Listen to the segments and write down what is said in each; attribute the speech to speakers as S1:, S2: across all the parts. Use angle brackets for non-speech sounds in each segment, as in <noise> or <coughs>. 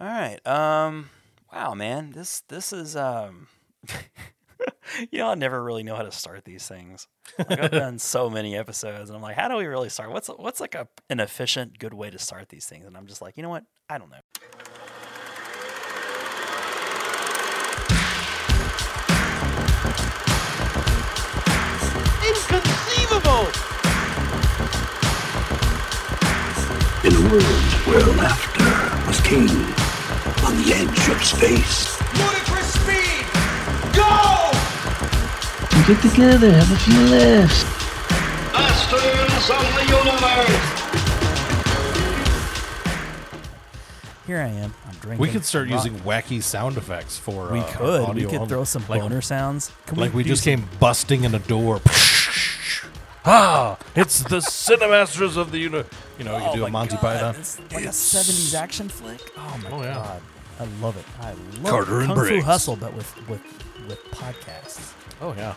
S1: All right. Um. Wow, man. This this is um. <laughs> you know, I never really know how to start these things. Like I've done so many episodes, and I'm like, how do we really start? What's what's like a, an efficient, good way to start these things? And I'm just like, you know what? I don't know.
S2: Inconceivable!
S3: In a world where laughter was king, on the edge of space,
S2: Ludicrous speed! Go!
S4: Get together, have a few laughs.
S5: Masters of the Universe!
S1: Here I am. I'm drinking.
S6: We could start
S1: I'm not-
S6: using wacky sound effects for.
S1: We
S6: uh,
S1: could. We
S6: audio
S1: could
S6: only.
S1: throw some
S6: like,
S1: boner sounds. Can
S6: Like we
S1: do
S6: just
S1: some-
S6: came busting in a door. <laughs> ah! It's the Cinemasters of the Universe. You know, you
S1: Oh
S6: do
S1: my
S6: a Monty
S1: God,
S6: Python.
S1: It's like a '70s action flick. Oh my
S6: Oh, yeah.
S1: god, I love it. I love
S6: Carter
S1: it.
S6: and
S1: Kung Fu
S6: Briggs.
S1: Hustle, but with with with podcasts.
S6: Oh yeah.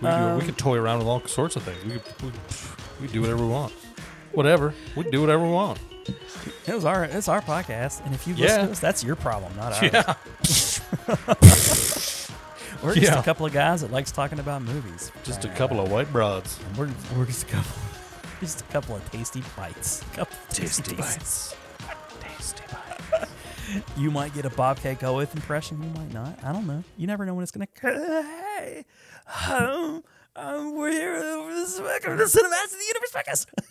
S6: We,
S1: Um,
S6: could, we could toy around with all sorts of things. We could, we, we could do whatever we want. Whatever. We could do whatever we want.
S1: It was our it's our podcast, and if you
S6: Yeah.
S1: listen to us, that's your problem, not ours.
S6: Yeah.
S1: <laughs> We're just
S6: Yeah.
S1: a couple of guys that likes talking about movies.
S6: Just a couple of white broads.
S1: We're, we're just a couple. <laughs> Just a couple of tasty bites. Couple of tasty bites. tasty bites. you might get a Bobcat Goeth impression. You might not. I don't know. You never know when it's gonna. Hey, um, um, we're here over this welcome to the Cinemats of the Universe podcast.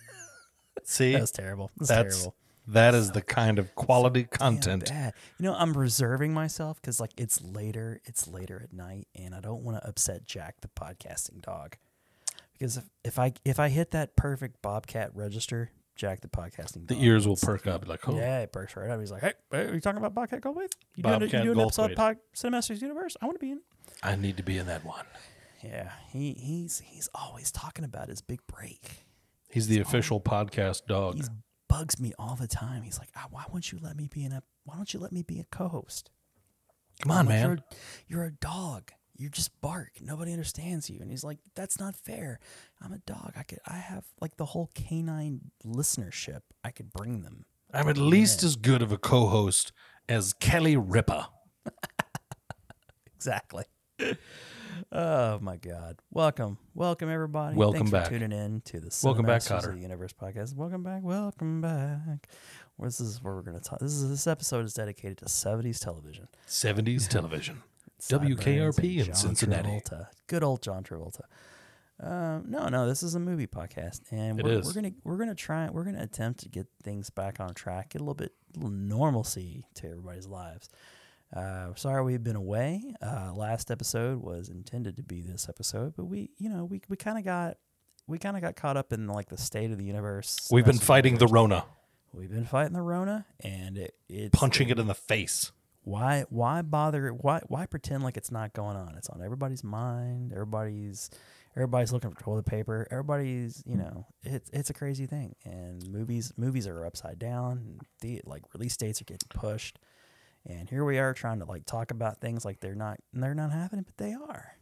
S1: <laughs>
S6: See,
S1: that was terrible. That was
S6: that's
S1: terrible.
S6: that is the kind of quality
S1: Damn
S6: content.
S1: bad. You know, I'm reserving myself because like it's later, it's later at night, and I don't want to upset Jack the podcasting dog. Because if, if I if I hit that perfect Bobcat register, Jack the podcasting
S6: The
S1: dog,
S6: ears will perk up. Like, oh,
S1: Yeah, it perks right up. He's like, hey, hey, are you talking about Bobcat Goldthwait? You doing, a,
S6: Bobcat
S1: you doing an episode
S6: Goldthwait.
S1: of Pod Cinemasters Universe? I want to be in. it."
S6: I need to be in that one.
S1: Yeah, he he's he's always talking about his big break.
S6: He's the official podcast dog.
S1: He bugs me all the time. He's like, "Ah, why won't you let me be in a? Why don't you let me be a co-host?
S6: Come on,
S1: I'm like,
S6: man.
S1: You're, you're a dog. You just bark. Nobody understands you. And he's like, that's not fair. I'm a dog. I could, I have like the whole canine listenership. I could bring them. <laughs>
S6: I'm at least as good of a co-host as Kelly Ripa.
S1: Exactly. <laughs> oh my God. Welcome. Welcome everybody.
S6: Welcome
S1: Thanks
S6: back.
S1: For tuning in to the
S6: Welcome back,
S1: Cinemasters
S6: Cotter.
S1: of the Universe podcast. Welcome back. Welcome back. Well, This is where we're going to talk. This is, this episode is dedicated to 70s television.
S6: 70s television.
S1: Sideburns
S6: WKRP
S1: and
S6: in
S1: John
S6: Cincinnati.
S1: Travolta. Good old John Travolta. Um, no, no, this is a movie podcast, and
S6: It
S1: we're,
S6: is.
S1: we're gonna we're gonna try we're gonna attempt to get things back on track, get a little bit a little normalcy to everybody's lives. Uh, sorry we've been away. Uh, last episode was intended to be this episode, but we you know we we kind of got we kind of got caught up in like the state of the universe.
S6: We've been
S1: Message
S6: fighting the
S1: universe.
S6: Rona,
S1: We've been fighting the Rona, and it it's
S6: punching it in the face.
S1: why why bother why why pretend like it's not going on it's on everybody's mind everybody's everybody's looking for toilet paper everybody's you know it's it's a crazy thing and movies movies are upside down and the like release dates are getting pushed and here we are trying to like talk about things like they're not they're not happening but they are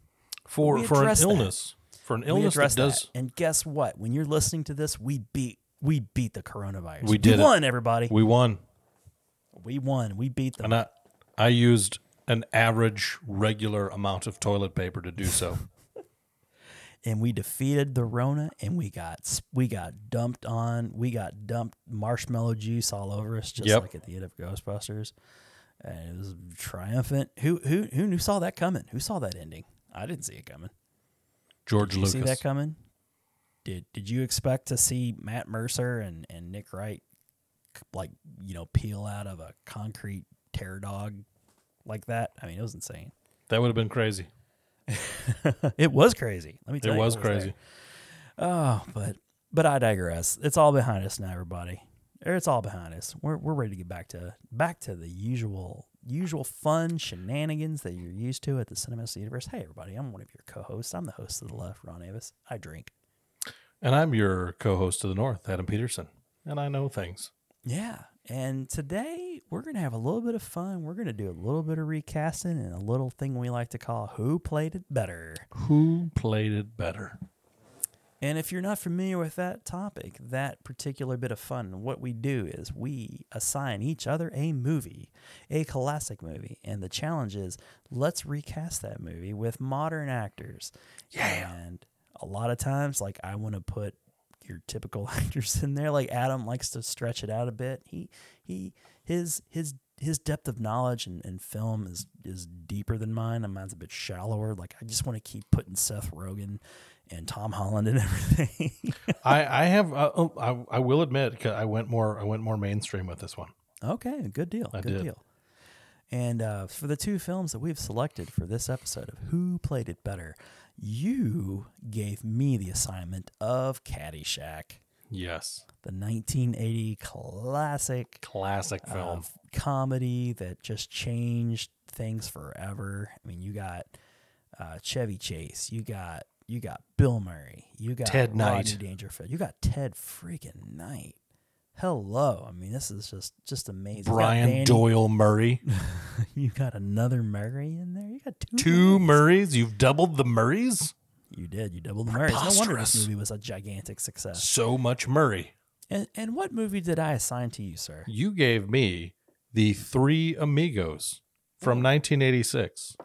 S6: For
S1: We
S6: for an
S1: address that.
S6: illness. For an
S1: we
S6: illness that
S1: address
S6: does
S1: that and guess what when you're listening to this we beat we beat the coronavirus
S6: We did it.
S1: we won everybody we,
S6: we won.
S1: won we beat them
S6: And I I used an average regular amount of toilet paper to do
S1: <laughs>
S6: so.
S1: and we defeated the Rona, and we got we got dumped on. We got dumped marshmallow juice all over us, just
S6: Yep.
S1: like at the end of Ghostbusters. And it was triumphant. Who who who knew saw that coming? Who saw that ending? I didn't see it coming.
S6: George
S1: Did you
S6: Lucas.
S1: see that coming? Did did you expect to see Matt Mercer and and Nick Wright c- like you know peel out of a concrete tear dog like that? I mean, it was insane. <laughs>
S6: that would have been crazy.
S1: it was crazy. Let me tell
S6: It
S1: you,
S6: was
S1: I
S6: crazy.
S1: there. Oh, but but I digress. It's all behind us now, everybody. It's all behind us. We're we're ready to get back to back to the usual usual fun shenanigans that you're used to at the Cinemas Universe. Hey, everybody! I'm one of your co-hosts. I'm the host of the Left, Ron Avis. I drink.
S6: And I'm your co-host of the North, Adam Peterson, and I know things.
S1: Yeah. And today we're gonna have a little bit of fun. We're gonna do a little bit of recasting and a little thing we like to call "Who Played It Better."
S6: Who played it better?
S1: And if you're not familiar with that topic, that particular bit of fun, what we do is we assign each other a movie, a classic movie. And the challenge is let's recast that movie with modern actors. Yeah. And a lot of times, like, I want to put your typical <laughs> actors in there. Like Adam likes to stretch it out a bit. He he his his his depth of knowledge in, in film is is deeper than mine, and mine's a bit shallower. Like I just want to keep putting Seth Rogen and Tom Holland and <laughs> everything.
S6: I, I have. Uh, oh, I, I will admit 'cause I went more. I went more mainstream with this one.
S1: okay, good deal.
S6: I
S1: good
S6: did.
S1: deal. And uh, for the two films that we've selected for this episode of Who Played It Better, you gave me the assignment of Caddyshack,
S6: Yes,
S1: the 1980 classic
S6: classic film.
S1: of um, comedy that just changed things forever. I mean, you got uh, Chevy Chase, you got you got Bill Murray, you got
S6: Ted Knight.
S1: Rodney Dangerfield, you got Ted freaking Knight. Hello, I mean, this is just just amazing. You got Danny-
S6: Brian Doyle Murray.
S1: <laughs> you got another Murray in there. You got two. Murrays.
S6: Two Murrays. You've doubled the Murrays.
S1: You did. You doubled the Murrays. No wonder this
S6: Preposterous.
S1: movie was a gigantic success.
S6: So much Murray.
S1: And and what movie did I assign to you, sir? <laughs>
S6: You gave me the Three Amigos from
S1: Mm.
S6: 1986.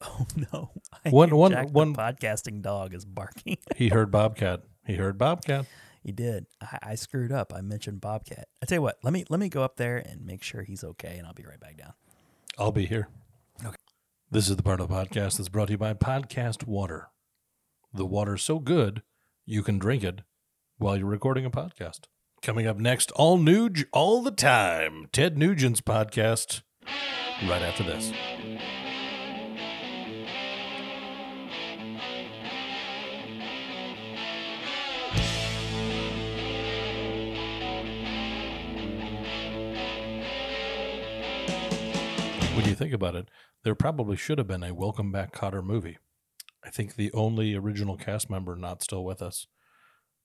S1: Oh no! I
S6: One-
S1: hear
S6: one-
S1: Jack the
S6: one-
S1: podcasting dog is barking.
S6: He heard Bobcat. He heard Bobcat.
S1: He did. I, I screwed up. I mentioned Bobcat. I tell you what. Let me let me go up there and make sure he's okay, and I'll be right back down.
S6: I'll be here.
S1: Okay.
S6: This is the part of the podcast that's brought to you by Podcast Water. The water's so good, you can drink it while you're recording a podcast. Coming up next, all Nuge all the time. Ted Nugent's podcast right after this. When you think about it, there probably should have been a Welcome Back Cotter movie. I think the only original cast member not still with us,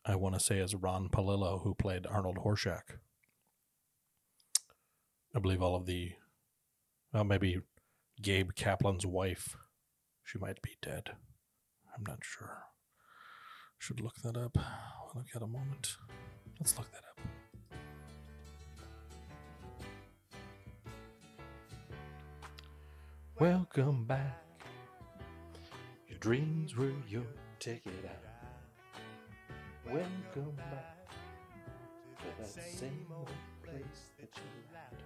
S6: I want to say, is Ron Palillo, who played Arnold Horshack. I believe all of the, well, maybe Gabe Kaplan's wife. She might be dead. I'm not sure. Should look that up. When I've got a moment. Let's look that up. Welcome back. Your dreams were your ticket out. Welcome back to that same old place that you laughed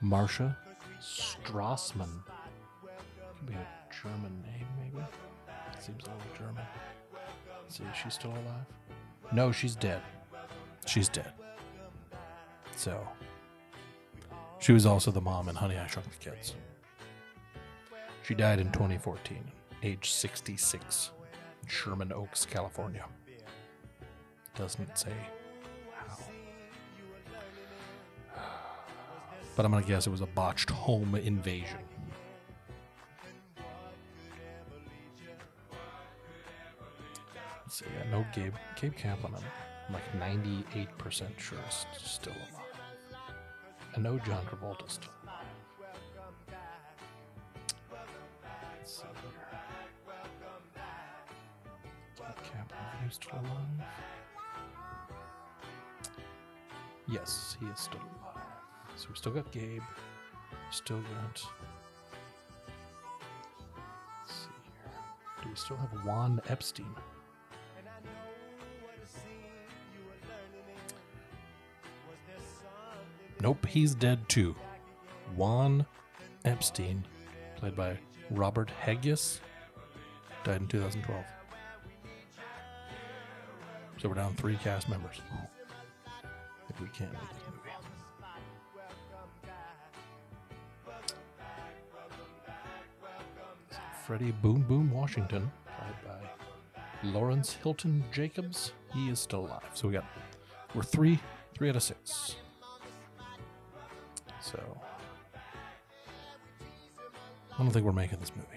S6: Marcia Strassmann. Could be a German name, maybe. Seems a little German. Let's see, is she still alive? No, she's dead. She's dead. So, she was also the mom in Honey, I Shrunk the Kids. She died in 2014, age 66, in Sherman Oaks, California. Doesn't say how. <sighs> But I'm going to guess it was a botched home invasion. Let's see, I know Gabe, Gabe Kaplan, I'm, I'm like 98% sure is still alive. I know John Travolta's still alive. Let's see here. Gabe Kaplan, are you still alive? Yes, he is still alive. So we still got Gabe. Still got. Let's see here. Do we still have Juan Epstein? Nope, he's dead too. Juan Epstein, played by Robert Haggis, died in 2012. So we're down three cast members. If we can't make this movie. Freddie Boom Boom Washington, played by Lawrence Hilton Jacobs. He is still alive. So we got we're three, three out of six. So I don't think we're making this movie.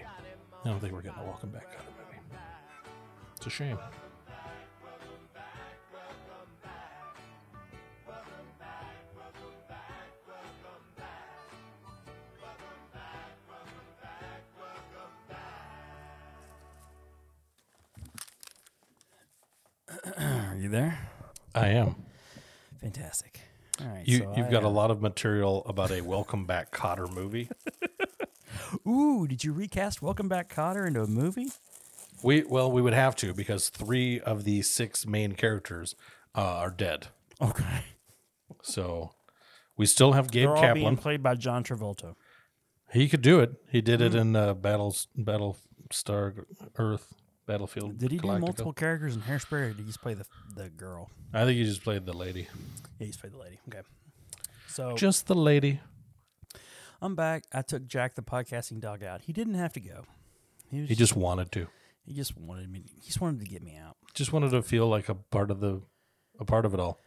S6: I don't think we're getting a Welcome Back kind of movie. It's a shame.
S1: Are you there?
S6: I am.
S1: Fantastic. All right.
S6: You,
S1: so
S6: you've
S1: I,
S6: got
S1: uh,
S6: a lot of material about a Welcome Back Cotter movie.
S1: uh, Ooh, did you recast Welcome Back Cotter into a movie?
S6: <laughs> We well, we would have to because three of the six main characters uh, are dead.
S1: Okay.
S6: So we still have
S1: <laughs>
S6: Gabe
S1: They're all being
S6: Kaplan.
S1: played by John Travolta.
S6: He could do it. He did it in uh, Battles Battle Star Earth Battlefield.
S1: Did he do
S6: Galactica.
S1: multiple characters in Hairspray, or did he just play the the girl?
S6: I think he just played the lady.
S1: Yeah, he's played the lady. Okay. So
S6: Just the lady.
S1: I'm back. I took Jack the podcasting dog out. He didn't have to go. He was
S6: He just wanted to.
S1: he just wanted me. He just wanted to get me out.
S6: Just wanted to feel like a part of the, a part of it all.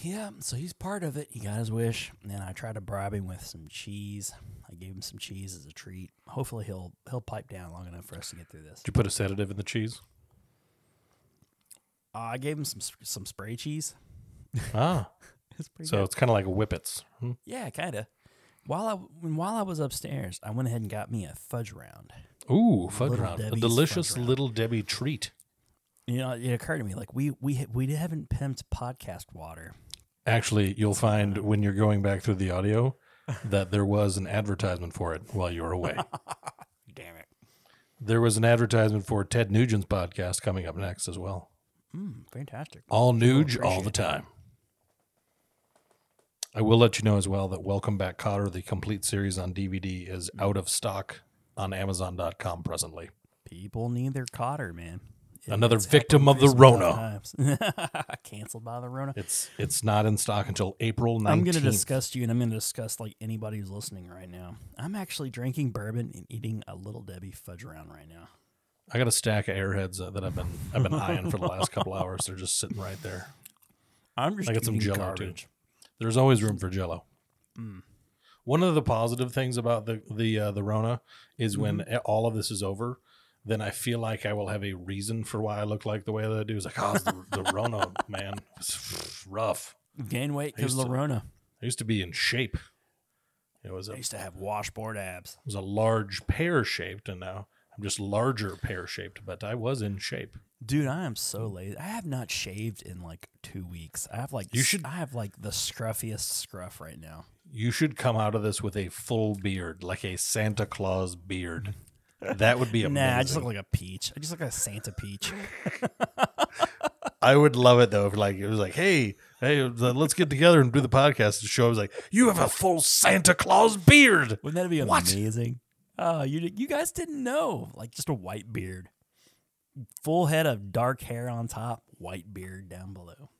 S1: Yeah, so he's part of it. He got his wish, and I tried to bribe him with some cheese. I gave him some cheese as a treat. Hopefully, he'll he'll pipe down long enough for us to get through this.
S6: Did you put a sedative in the cheese?
S1: Uh, I gave him some sp- some spray cheese. <laughs>
S6: Ah,
S1: It's pretty
S6: so
S1: good.
S6: it's kind of like whippets. Hmm.
S1: Yeah, kind of. While I when- while I was upstairs, I went ahead and got me a fudge round.
S6: Ooh, fudge
S1: Little
S6: round, a
S1: Debbie's
S6: delicious
S1: fudge round.
S6: little Debbie treat.
S1: You know, it occurred to me like we we ha- we haven't pimped podcast water.
S6: Actually, you'll find when you're going back through
S1: <laughs>
S6: the audio that there was an advertisement for it while you were away.
S1: Damn it!
S6: there was an advertisement for Ted Nugent's podcast coming up next as well.
S1: Mm, fantastic.
S6: All Nuge, all
S1: appreciate
S6: the
S1: it.
S6: time. I will let you know as well that Welcome Back Cotter, the complete series on DVD, is out of stock on Amazon.com presently.
S1: People need their cotter, man. It-
S6: Another
S1: it's happened
S6: victim of the
S1: through some
S6: Rona.
S1: tough times. <laughs> Canceled by the Rona.
S6: It's it's not in stock until April 19th.
S1: I'm going to discuss you, and I'm going to discuss like anybody who's listening right now. I'm actually drinking bourbon and eating a little Debbie fudge round right now.
S6: I got a stack of Airheads uh, that I've been I've been eyeing for the last <laughs> couple hours. They're just sitting right there.
S1: I'm just
S6: I got some
S1: eating
S6: Jell-O, too.
S1: garbage.
S6: There's always room for Jello. One of the positive things about the the uh, the Rona is when all of this is over, then I feel like I will have a reason for why I look like the way that I do. It's like, oh, it's the, the Rona man, it's rough.
S1: Gain weight because
S6: used
S1: of the
S6: to-
S1: Rona.
S6: I used to be in shape. It was a
S1: I
S6: it
S1: used to have washboard abs.
S6: was a large pear shaped, and now I'm just larger pear shaped. But I was in shape.
S1: Dude, I am so lazy. I have not shaved in like two weeks. I have like
S6: You
S1: s-
S6: should-
S1: I have like the scruffiest scruff right now.
S6: You should come out of this with a full beard, like a Santa Claus beard. That would be amazing.
S1: Nah, I just look like a peach. I just look like a Santa
S6: <laughs>
S1: peach.
S6: I would love it though if like it was like, hey, hey, let's get together and do the podcast and show. I was like, you have a full Santa Claus beard.
S1: Wouldn't that be
S6: What?
S1: amazing? Oh, you di- you guys didn't know. Like just a white beard, full head of dark hair on top, white beard down below.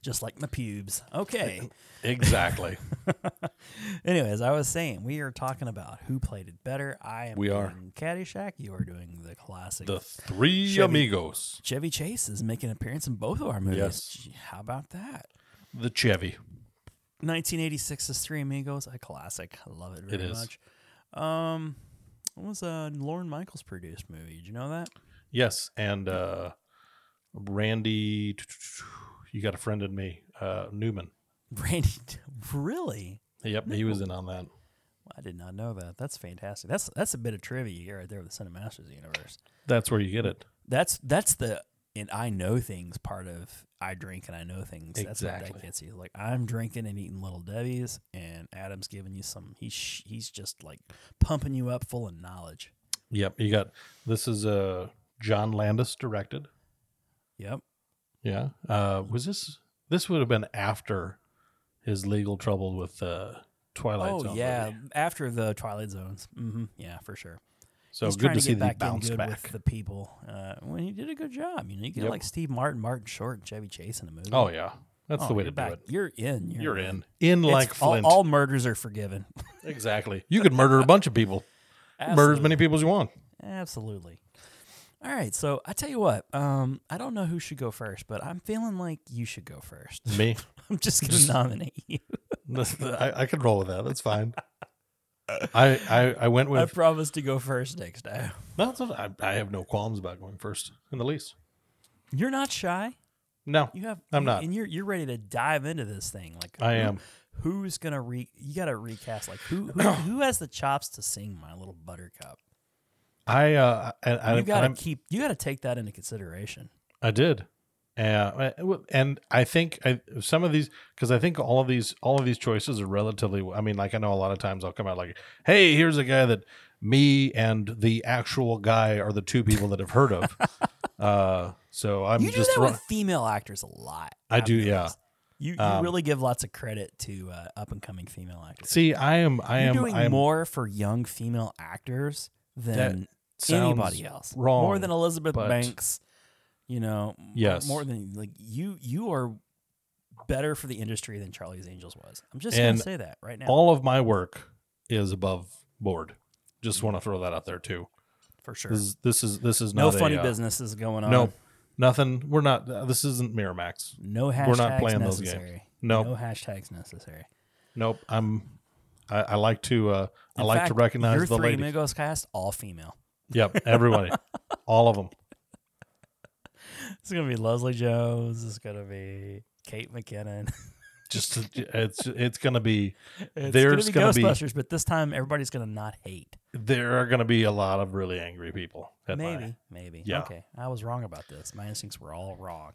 S1: Just like my pubes.
S6: <laughs>
S1: Okay.
S6: Exactly. <laughs>
S1: Anyways, I was saying we are talking about who played it better. I am
S6: We are.
S1: doing Caddyshack. You are doing the classic.
S6: the three
S1: Chevy.
S6: amigos.
S1: Chevy Chase is making an appearance in both of our movies.
S6: Yes.
S1: Gee, How about that?
S6: The Chevy.
S1: 1986 is Three Amigos, a classic. I love it very
S6: is.
S1: much. Um, it was a Lauren Michaels produced movie. Did you know that? <laughs>
S6: Yes. And uh Randy you got a friend in me, uh Newman.
S1: Randy, really?
S6: Yep, he was in on that.
S1: I did not know that. That's fantastic. That's that's a bit of trivia you get right there with the Cinemasters universe.
S6: That's where you get it.
S1: That's that's the and I know things part of I drink and I know things. That's what
S6: Exactly.
S1: that gets you. Like I'm drinking and eating little Debbie's, and Adam's giving you some. He's he's just like pumping you up full of knowledge.
S6: Yep, you got this is uh John Landis directed.
S1: Yep.
S6: Yeah. Uh was this this would have been after his legal trouble with uh Twilight
S1: oh
S6: Zone.
S1: yeah,
S6: movie.
S1: after the Twilight Zones. hmm Yeah, for sure.
S6: So
S1: He's
S6: good
S1: trying
S6: to,
S1: to,
S6: see
S1: get
S6: that he
S1: back in
S6: bounced
S1: good
S6: back.
S1: with the people. Uh, when he did a good job, you know, you get
S6: Yep.
S1: like Steve Martin, Martin Short, and Chevy Chase in a movie.
S6: oh yeah, that's the
S1: Oh,
S6: way
S1: you're
S6: to
S1: back.
S6: do it.
S1: You're in. You're,
S6: You're in, in
S1: It's-
S6: like
S1: all-
S6: Flint.
S1: All, murders are forgiven. <laughs>
S6: exactly. You could murder a bunch of people, murder as many people as you want.
S1: Absolutely. All right, so I tell you what, um, I don't know who should go first, but I'm feeling like you should go first. <laughs>
S6: Me,
S1: I'm just gonna
S6: Just-
S1: nominate you.
S6: That's- I, I could roll with that. That's fine. I, I, I went
S1: I
S6: with.
S1: promise to go first next time.
S6: that's what I, I have no qualms about going first in the least.
S1: You're not shy.
S6: No,
S1: You have.
S6: I'm
S1: you-
S6: not.
S1: and you're you're ready to dive into this thing. Like
S6: I
S1: who-
S6: am.
S1: Who's gonna re? You gotta recast. Like who?
S6: <coughs>
S1: Who, who has the chops to sing "My Little Buttercup"?
S6: I uh, I, I,
S1: You gotta
S6: I'm-
S1: keep. You gotta take that into consideration.
S6: I did. Uh, and I think I, some of these, because I think all of these, all of these choices are relatively. I mean, like I know a lot of times I'll come out like, "Hey, here's a guy that me and the actual guy are the two people that have
S1: <laughs>
S6: heard of." uh, so I'm
S1: You do
S6: just
S1: that
S6: throwing.
S1: with female actors a lot.
S6: I
S1: I've
S6: do, yeah.
S1: noticed. You, you
S6: Um,
S1: really give lots of credit to uh, up and coming female actors.
S6: See, I am, I
S1: You're
S6: am,
S1: doing
S6: I am
S1: more for young female actors than
S6: sounds
S1: anybody else.
S6: wrong,
S1: more than Elizabeth
S6: but-
S1: Banks. You know, m- uh,
S6: Yes.
S1: more than like you. You are better for the industry than Charlie's Angels was. I'm just
S6: And
S1: gonna say that right now.
S6: all of my work is above board. Just want to throw that out there too.
S1: for Mm. sure.
S6: This, is- this is this is
S1: No
S6: not a,
S1: funny
S6: uh,
S1: business is going on.
S6: No, nothing. We're not. uh, this isn't Miramax.
S1: no hashtags
S6: We're not playing those games.
S1: necessary.
S6: Nope.
S1: no hashtags necessary.
S6: Nope. I'm. I, I like to. Uh, I
S1: In
S6: like to
S1: fact,
S6: recognize
S1: your
S6: the
S1: three
S6: ladies.
S1: Amigos cast all female. <laughs>
S6: Yep. Everybody. all of them.
S1: It's gonna be Leslie Jones. It's gonna be Kate McKinnon. <laughs>
S6: Just to- it's it's gonna be
S1: It's
S6: There's
S1: gonna
S6: gonna
S1: be
S6: be-
S1: Ghostbusters, but this time everybody's gonna not hate.
S6: there are gonna be a lot of really angry people. At my-
S1: Maybe, maybe.
S6: Yeah.
S1: Okay, I was wrong about this. My instincts were all
S6: <sighs>
S1: wrong.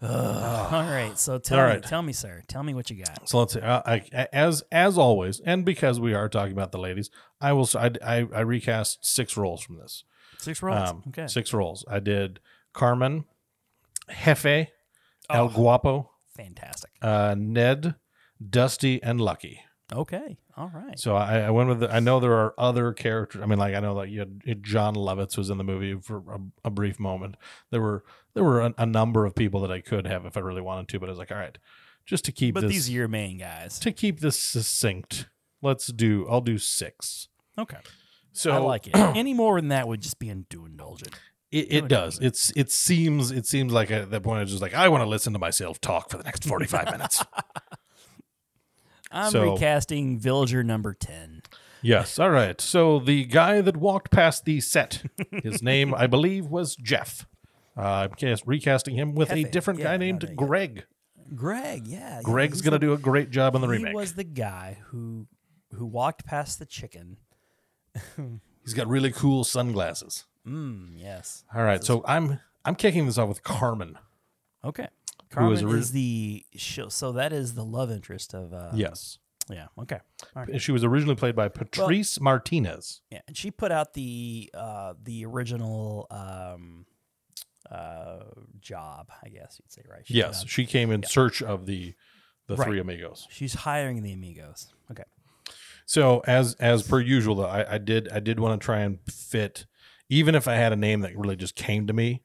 S1: Ugh. all right, so tell
S6: All
S1: me,
S6: right.
S1: tell me, sir, tell me what you got.
S6: so let's see. Uh, I, as as always, and because we are talking about the ladies, I will. s- I I, I recast six roles from this.
S1: Six rolls.
S6: Um,
S1: okay.
S6: Six roles. I did Carmen, Jefe,
S1: Oh.
S6: El Guapo,
S1: Fantastic.
S6: uh, Ned, Dusty, and Lucky.
S1: Okay. All right.
S6: So I, I went with. The, I know there are other characters. I mean, like I know like you had, John Lovitz was in the movie for a, a brief moment. There were there were a, a number of people that I could have if I really wanted to, but I was like, all right, just to keep
S1: but
S6: this
S1: these are your main guys.
S6: to keep this succinct, let's do. I'll do six.
S1: Okay.
S6: So
S1: I like
S6: <clears throat>
S1: it. Any more than that would just be undue indulgent.
S6: It, it does. It's it seems it seems like at that point I was just like I want to listen to myself talk for the next forty five minutes.
S1: I'm
S6: So-
S1: recasting Villager number ten.
S6: Yes. All right. So the guy that walked past
S1: <laughs>
S6: the set, his name, I believe, was Jeff. Uh, I'm cast, recasting him with a
S1: Jeff,
S6: different
S1: yeah,
S6: guy
S1: no,
S6: named
S1: no, yeah.
S6: Greg.
S1: Greg, yeah.
S6: Greg's going to do a great job on the
S1: He
S6: remake.
S1: was the guy who who walked past the chicken.
S6: He's got really cool sunglasses.
S1: Mm, yes.
S6: All right. So I'm I'm kicking this off with Carmen.
S1: Okay.
S6: Who is
S1: Carmen
S6: ori-
S1: is the show, so that is the love interest of uh
S6: Yes.
S1: yeah okay all right
S6: She was originally played by Patrice Martinez.
S1: yeah and she put out the uh the original um uh job I guess you'd say right She put
S6: Yes.
S1: out-
S6: She came in search of the the
S1: Right.
S6: three amigos.
S1: she's hiring the amigos okay
S6: So as as per usual, though, I, I did I did want to try and fit, even if I had a name that really just came to me,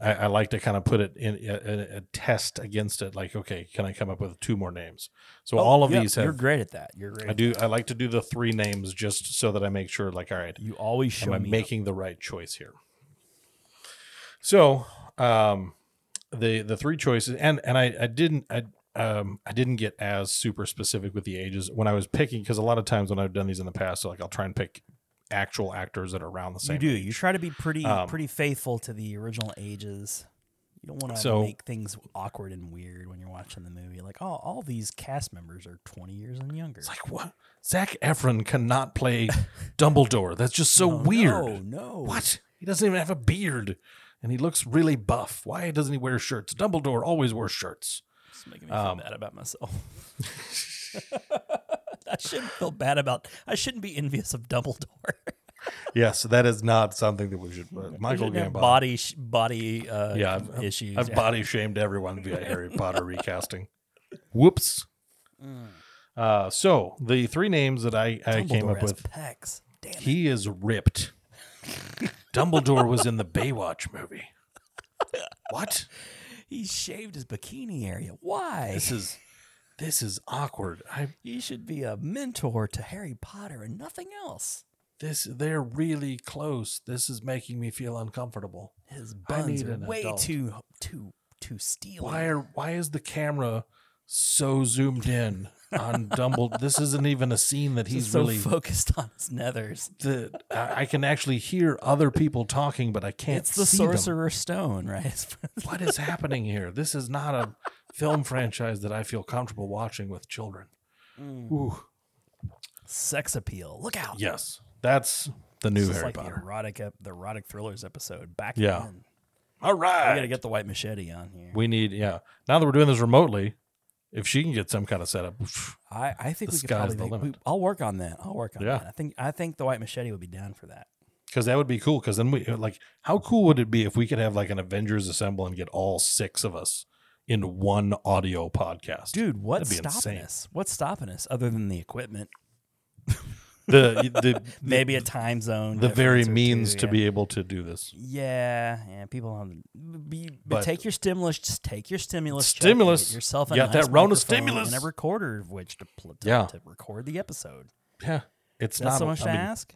S6: I, I like to kind of put it in a, a, a test against it. Like, okay, can I come up with two more names? So all of
S1: Oh, yeah,
S6: these
S1: you're
S6: have
S1: great at that you're great
S6: I
S1: at
S6: do I like to do the three names just so that I make sure like all right,
S1: that. you always show
S6: am I
S1: me
S6: making the right choice here? So um, the the three choices and and I I didn't I um I didn't get as super specific with the ages when I was picking because a lot of times when I've done these in the past, like I'll try and pick actual actors that are around the same.
S1: you do
S6: age.
S1: you try to be pretty
S6: Um,
S1: pretty faithful to the original ages you don't want to
S6: So-
S1: make things awkward and weird when you're watching the movie like oh all these cast members are 20 years and younger
S6: It's like what Zach Efron cannot
S1: <laughs>
S6: play Dumbledore. That's just so
S1: Oh,
S6: weird.
S1: no no
S6: What? He doesn't even have a beard. And he looks really buff. Why doesn't he wear shirts? Dumbledore always wore shirts.
S1: It's making me feel
S6: Um,
S1: bad about myself. <laughs> I shouldn't feel bad about. I shouldn't be envious of
S6: <laughs>
S1: Dumbledore.
S6: Yes, that is not something that we should. Uh,
S1: I
S6: Michael
S1: shouldn't have
S6: Gambon.
S1: body sh- body uh,
S6: yeah, I've,
S1: issues.
S6: I've
S1: Yeah.
S6: body shamed everyone via Harry Potter recasting. <laughs> Whoops.
S1: Mm.
S6: Uh, so the three names that I, I came
S1: Dumbledore
S6: up
S1: has
S6: with.
S1: pecs. Damn it.
S6: He
S1: <laughs>
S6: is ripped. Dumbledore was in the Baywatch movie. What?
S1: He shaved his bikini area. Why?
S6: This is this is awkward. I
S1: You should be a mentor to Harry Potter and nothing else.
S6: this they're really close. This is making me feel uncomfortable.
S1: His buns
S6: need
S1: are
S6: an
S1: way
S6: adult.
S1: too too too steely.
S6: Why are why is the camera so zoomed in on Dumbledore. this isn't even a scene that he's
S1: He's so
S6: really.
S1: focused <laughs> on his nethers.
S6: the, I I can actually hear other people talking, but I can't.
S1: It's the
S6: see them.
S1: Sorcerer's Stone, right?
S6: <laughs>
S1: <laughs>
S6: What is happening here? This is not a film franchise that I feel comfortable watching with children.
S1: Mm.
S6: Ooh.
S1: Sex appeal. Look out.
S6: Yes, that's the new
S1: This is
S6: Harry
S1: like the
S6: Potter.
S1: erotic, ep- the erotic thrillers episode. Back
S6: Yeah.
S1: in.
S6: All right,
S1: We gotta get the white machete on here.
S6: We need, yeah. Now that we're doing this remotely, if she can get some kind of setup, pff,
S1: I, I think
S6: The
S1: we could
S6: sky's
S1: probably.
S6: the
S1: Make, we-
S6: limit.
S1: I'll work on that. I'll work on
S6: Yeah.
S1: that. I think I think the white machete would be down for that.
S6: because that would be cool. Because then we uh, like, how cool would it be if we could have like an Avengers assemble and get all six of us into one audio podcast,
S1: Dude, what's
S6: That'd be
S1: stopping
S6: insane.
S1: us? What's stopping us other than the equipment?
S6: The the
S1: <laughs> Maybe a time zone.
S6: the very
S1: difference or
S6: means
S1: two,
S6: to
S1: yeah.
S6: be able to do this.
S1: Yeah, yeah. People on be, but,
S6: But-
S1: take your stimulus. Just take your stimulus. check,
S6: Stimulus.
S1: Get yourself a
S6: You got
S1: nice
S6: that Rona
S1: microphone
S6: stimulus.
S1: and a recorder of which to, pl- to,
S6: Yeah.
S1: to record the episode.
S6: Yeah, it's
S1: That's
S6: not
S1: so much
S6: I
S1: to
S6: mean,
S1: ask.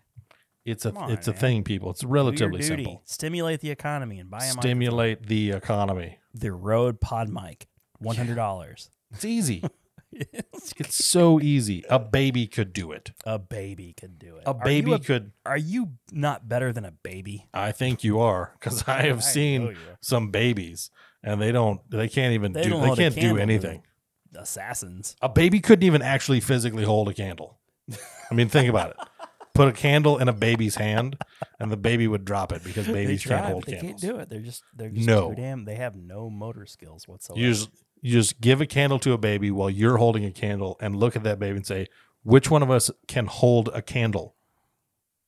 S6: It's a
S1: Come on,
S6: it's a
S1: man.
S6: thing, people. It's
S1: Do your
S6: relatively
S1: duty.
S6: simple.
S1: Stimulate the economy and buy a mic.
S6: Stimulate the economy.
S1: the Rode Pod Mic, one hundred dollars.
S6: It's easy. <laughs> it's so easy. A baby could do it.
S1: A baby could do it.
S6: A
S1: Are you
S6: baby could.
S1: Are you not better than a baby?
S6: I think you are because I
S1: <laughs>
S6: have
S1: I
S6: seen
S1: know you are.
S6: some babies and they don't. They can't even
S1: They
S6: do.
S1: don't
S6: They
S1: hold a
S6: can't do
S1: candle,
S6: anything.
S1: Assassins.
S6: A baby couldn't even actually physically hold a candle. I mean, think about it. Put a candle in a baby's hand, and the baby would drop it because babies
S1: they try,
S6: can't
S1: but
S6: hold
S1: they
S6: candles.
S1: can't do it. They're just they're just
S6: No.
S1: too damn. They have no motor skills whatsoever.
S6: You just you just give a candle to a baby while you're holding a candle and look at that baby and say, which one of us can hold a candle?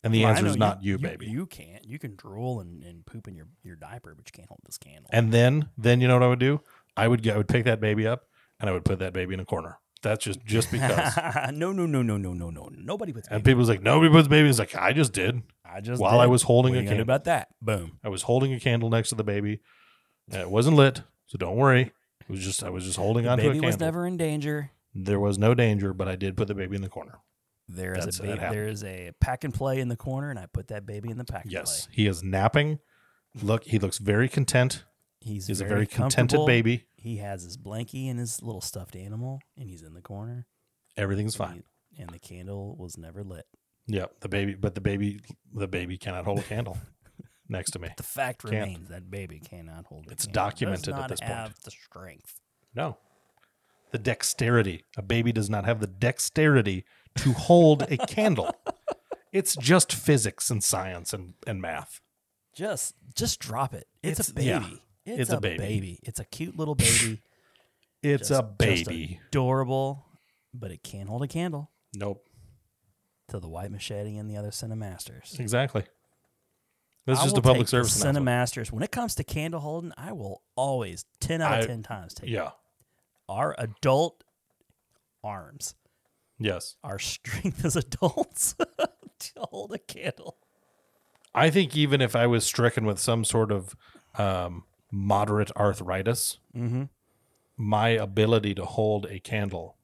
S6: And the
S1: Well, I
S6: answer is
S1: know
S6: not you, baby.
S1: You can't. You can drool and, and poop in your, your diaper, but you can't hold this candle.
S6: and then then you know what I would do? I would get I would pick that baby up and I would put that baby in a corner. That's just just
S1: <laughs>
S6: because.
S1: no, no, no, no, no, no, no. Nobody puts.
S6: and
S1: baby-
S6: people's like, nobody puts babies. Like I just did.
S1: I just
S6: while I
S1: did.
S6: was holding
S1: What
S6: a
S1: are you gonna do
S6: candle.
S1: about that. Boom.
S6: I was holding a candle next to the baby. and It wasn't lit, so don't worry. It was just I was just holding
S1: The
S6: on to a
S1: baby
S6: candle.
S1: was never in danger.
S6: there was no danger, but I did put the baby in the corner.
S1: There is
S6: That's-
S1: a
S6: that
S1: ba-
S6: happened.
S1: there is a pack and play in the corner, and I put that baby in the pack.
S6: Yes,
S1: and
S6: he is napping. Look, he looks very content.
S1: play. he's,
S6: He's a very contented
S1: comfortable.
S6: baby.
S1: He has his blankie and his little stuffed animal, and he's in the corner.
S6: Everything's
S1: and
S6: fine.
S1: he- And the candle was never lit.
S6: Yeah, the baby, but the baby, the baby cannot hold
S1: <laughs>
S6: a candle next to me.
S1: The fact
S6: Can't.
S1: remains that baby cannot hold it.
S6: It's documented at this point.
S1: Have the strength.
S6: No, the dexterity. A baby does not have the dexterity to hold a
S1: <laughs>
S6: candle. It's just physics and science and, and math.
S1: Just just drop it. It's, a
S6: It's-
S1: baby.
S6: yeah.
S1: It's, a, baby. It's a cute little baby.
S6: It's a baby.
S1: adorable, but it can't hold a candle
S6: nope.
S1: to the white machete and the other cinemasters.
S6: Exactly. This
S1: I
S6: is just
S1: will
S6: a public
S1: take the
S6: service announcement.
S1: Cinemasters. When it comes to candle holding, I will always ten out of
S6: I-
S1: ten times take
S6: Yeah.
S1: our adult arms,
S6: Yes.
S1: our strength as adults <laughs> to hold a candle.
S6: I think even if I was stricken with some sort of um, moderate arthritis,
S1: Mm-hmm.
S6: my ability to hold a candle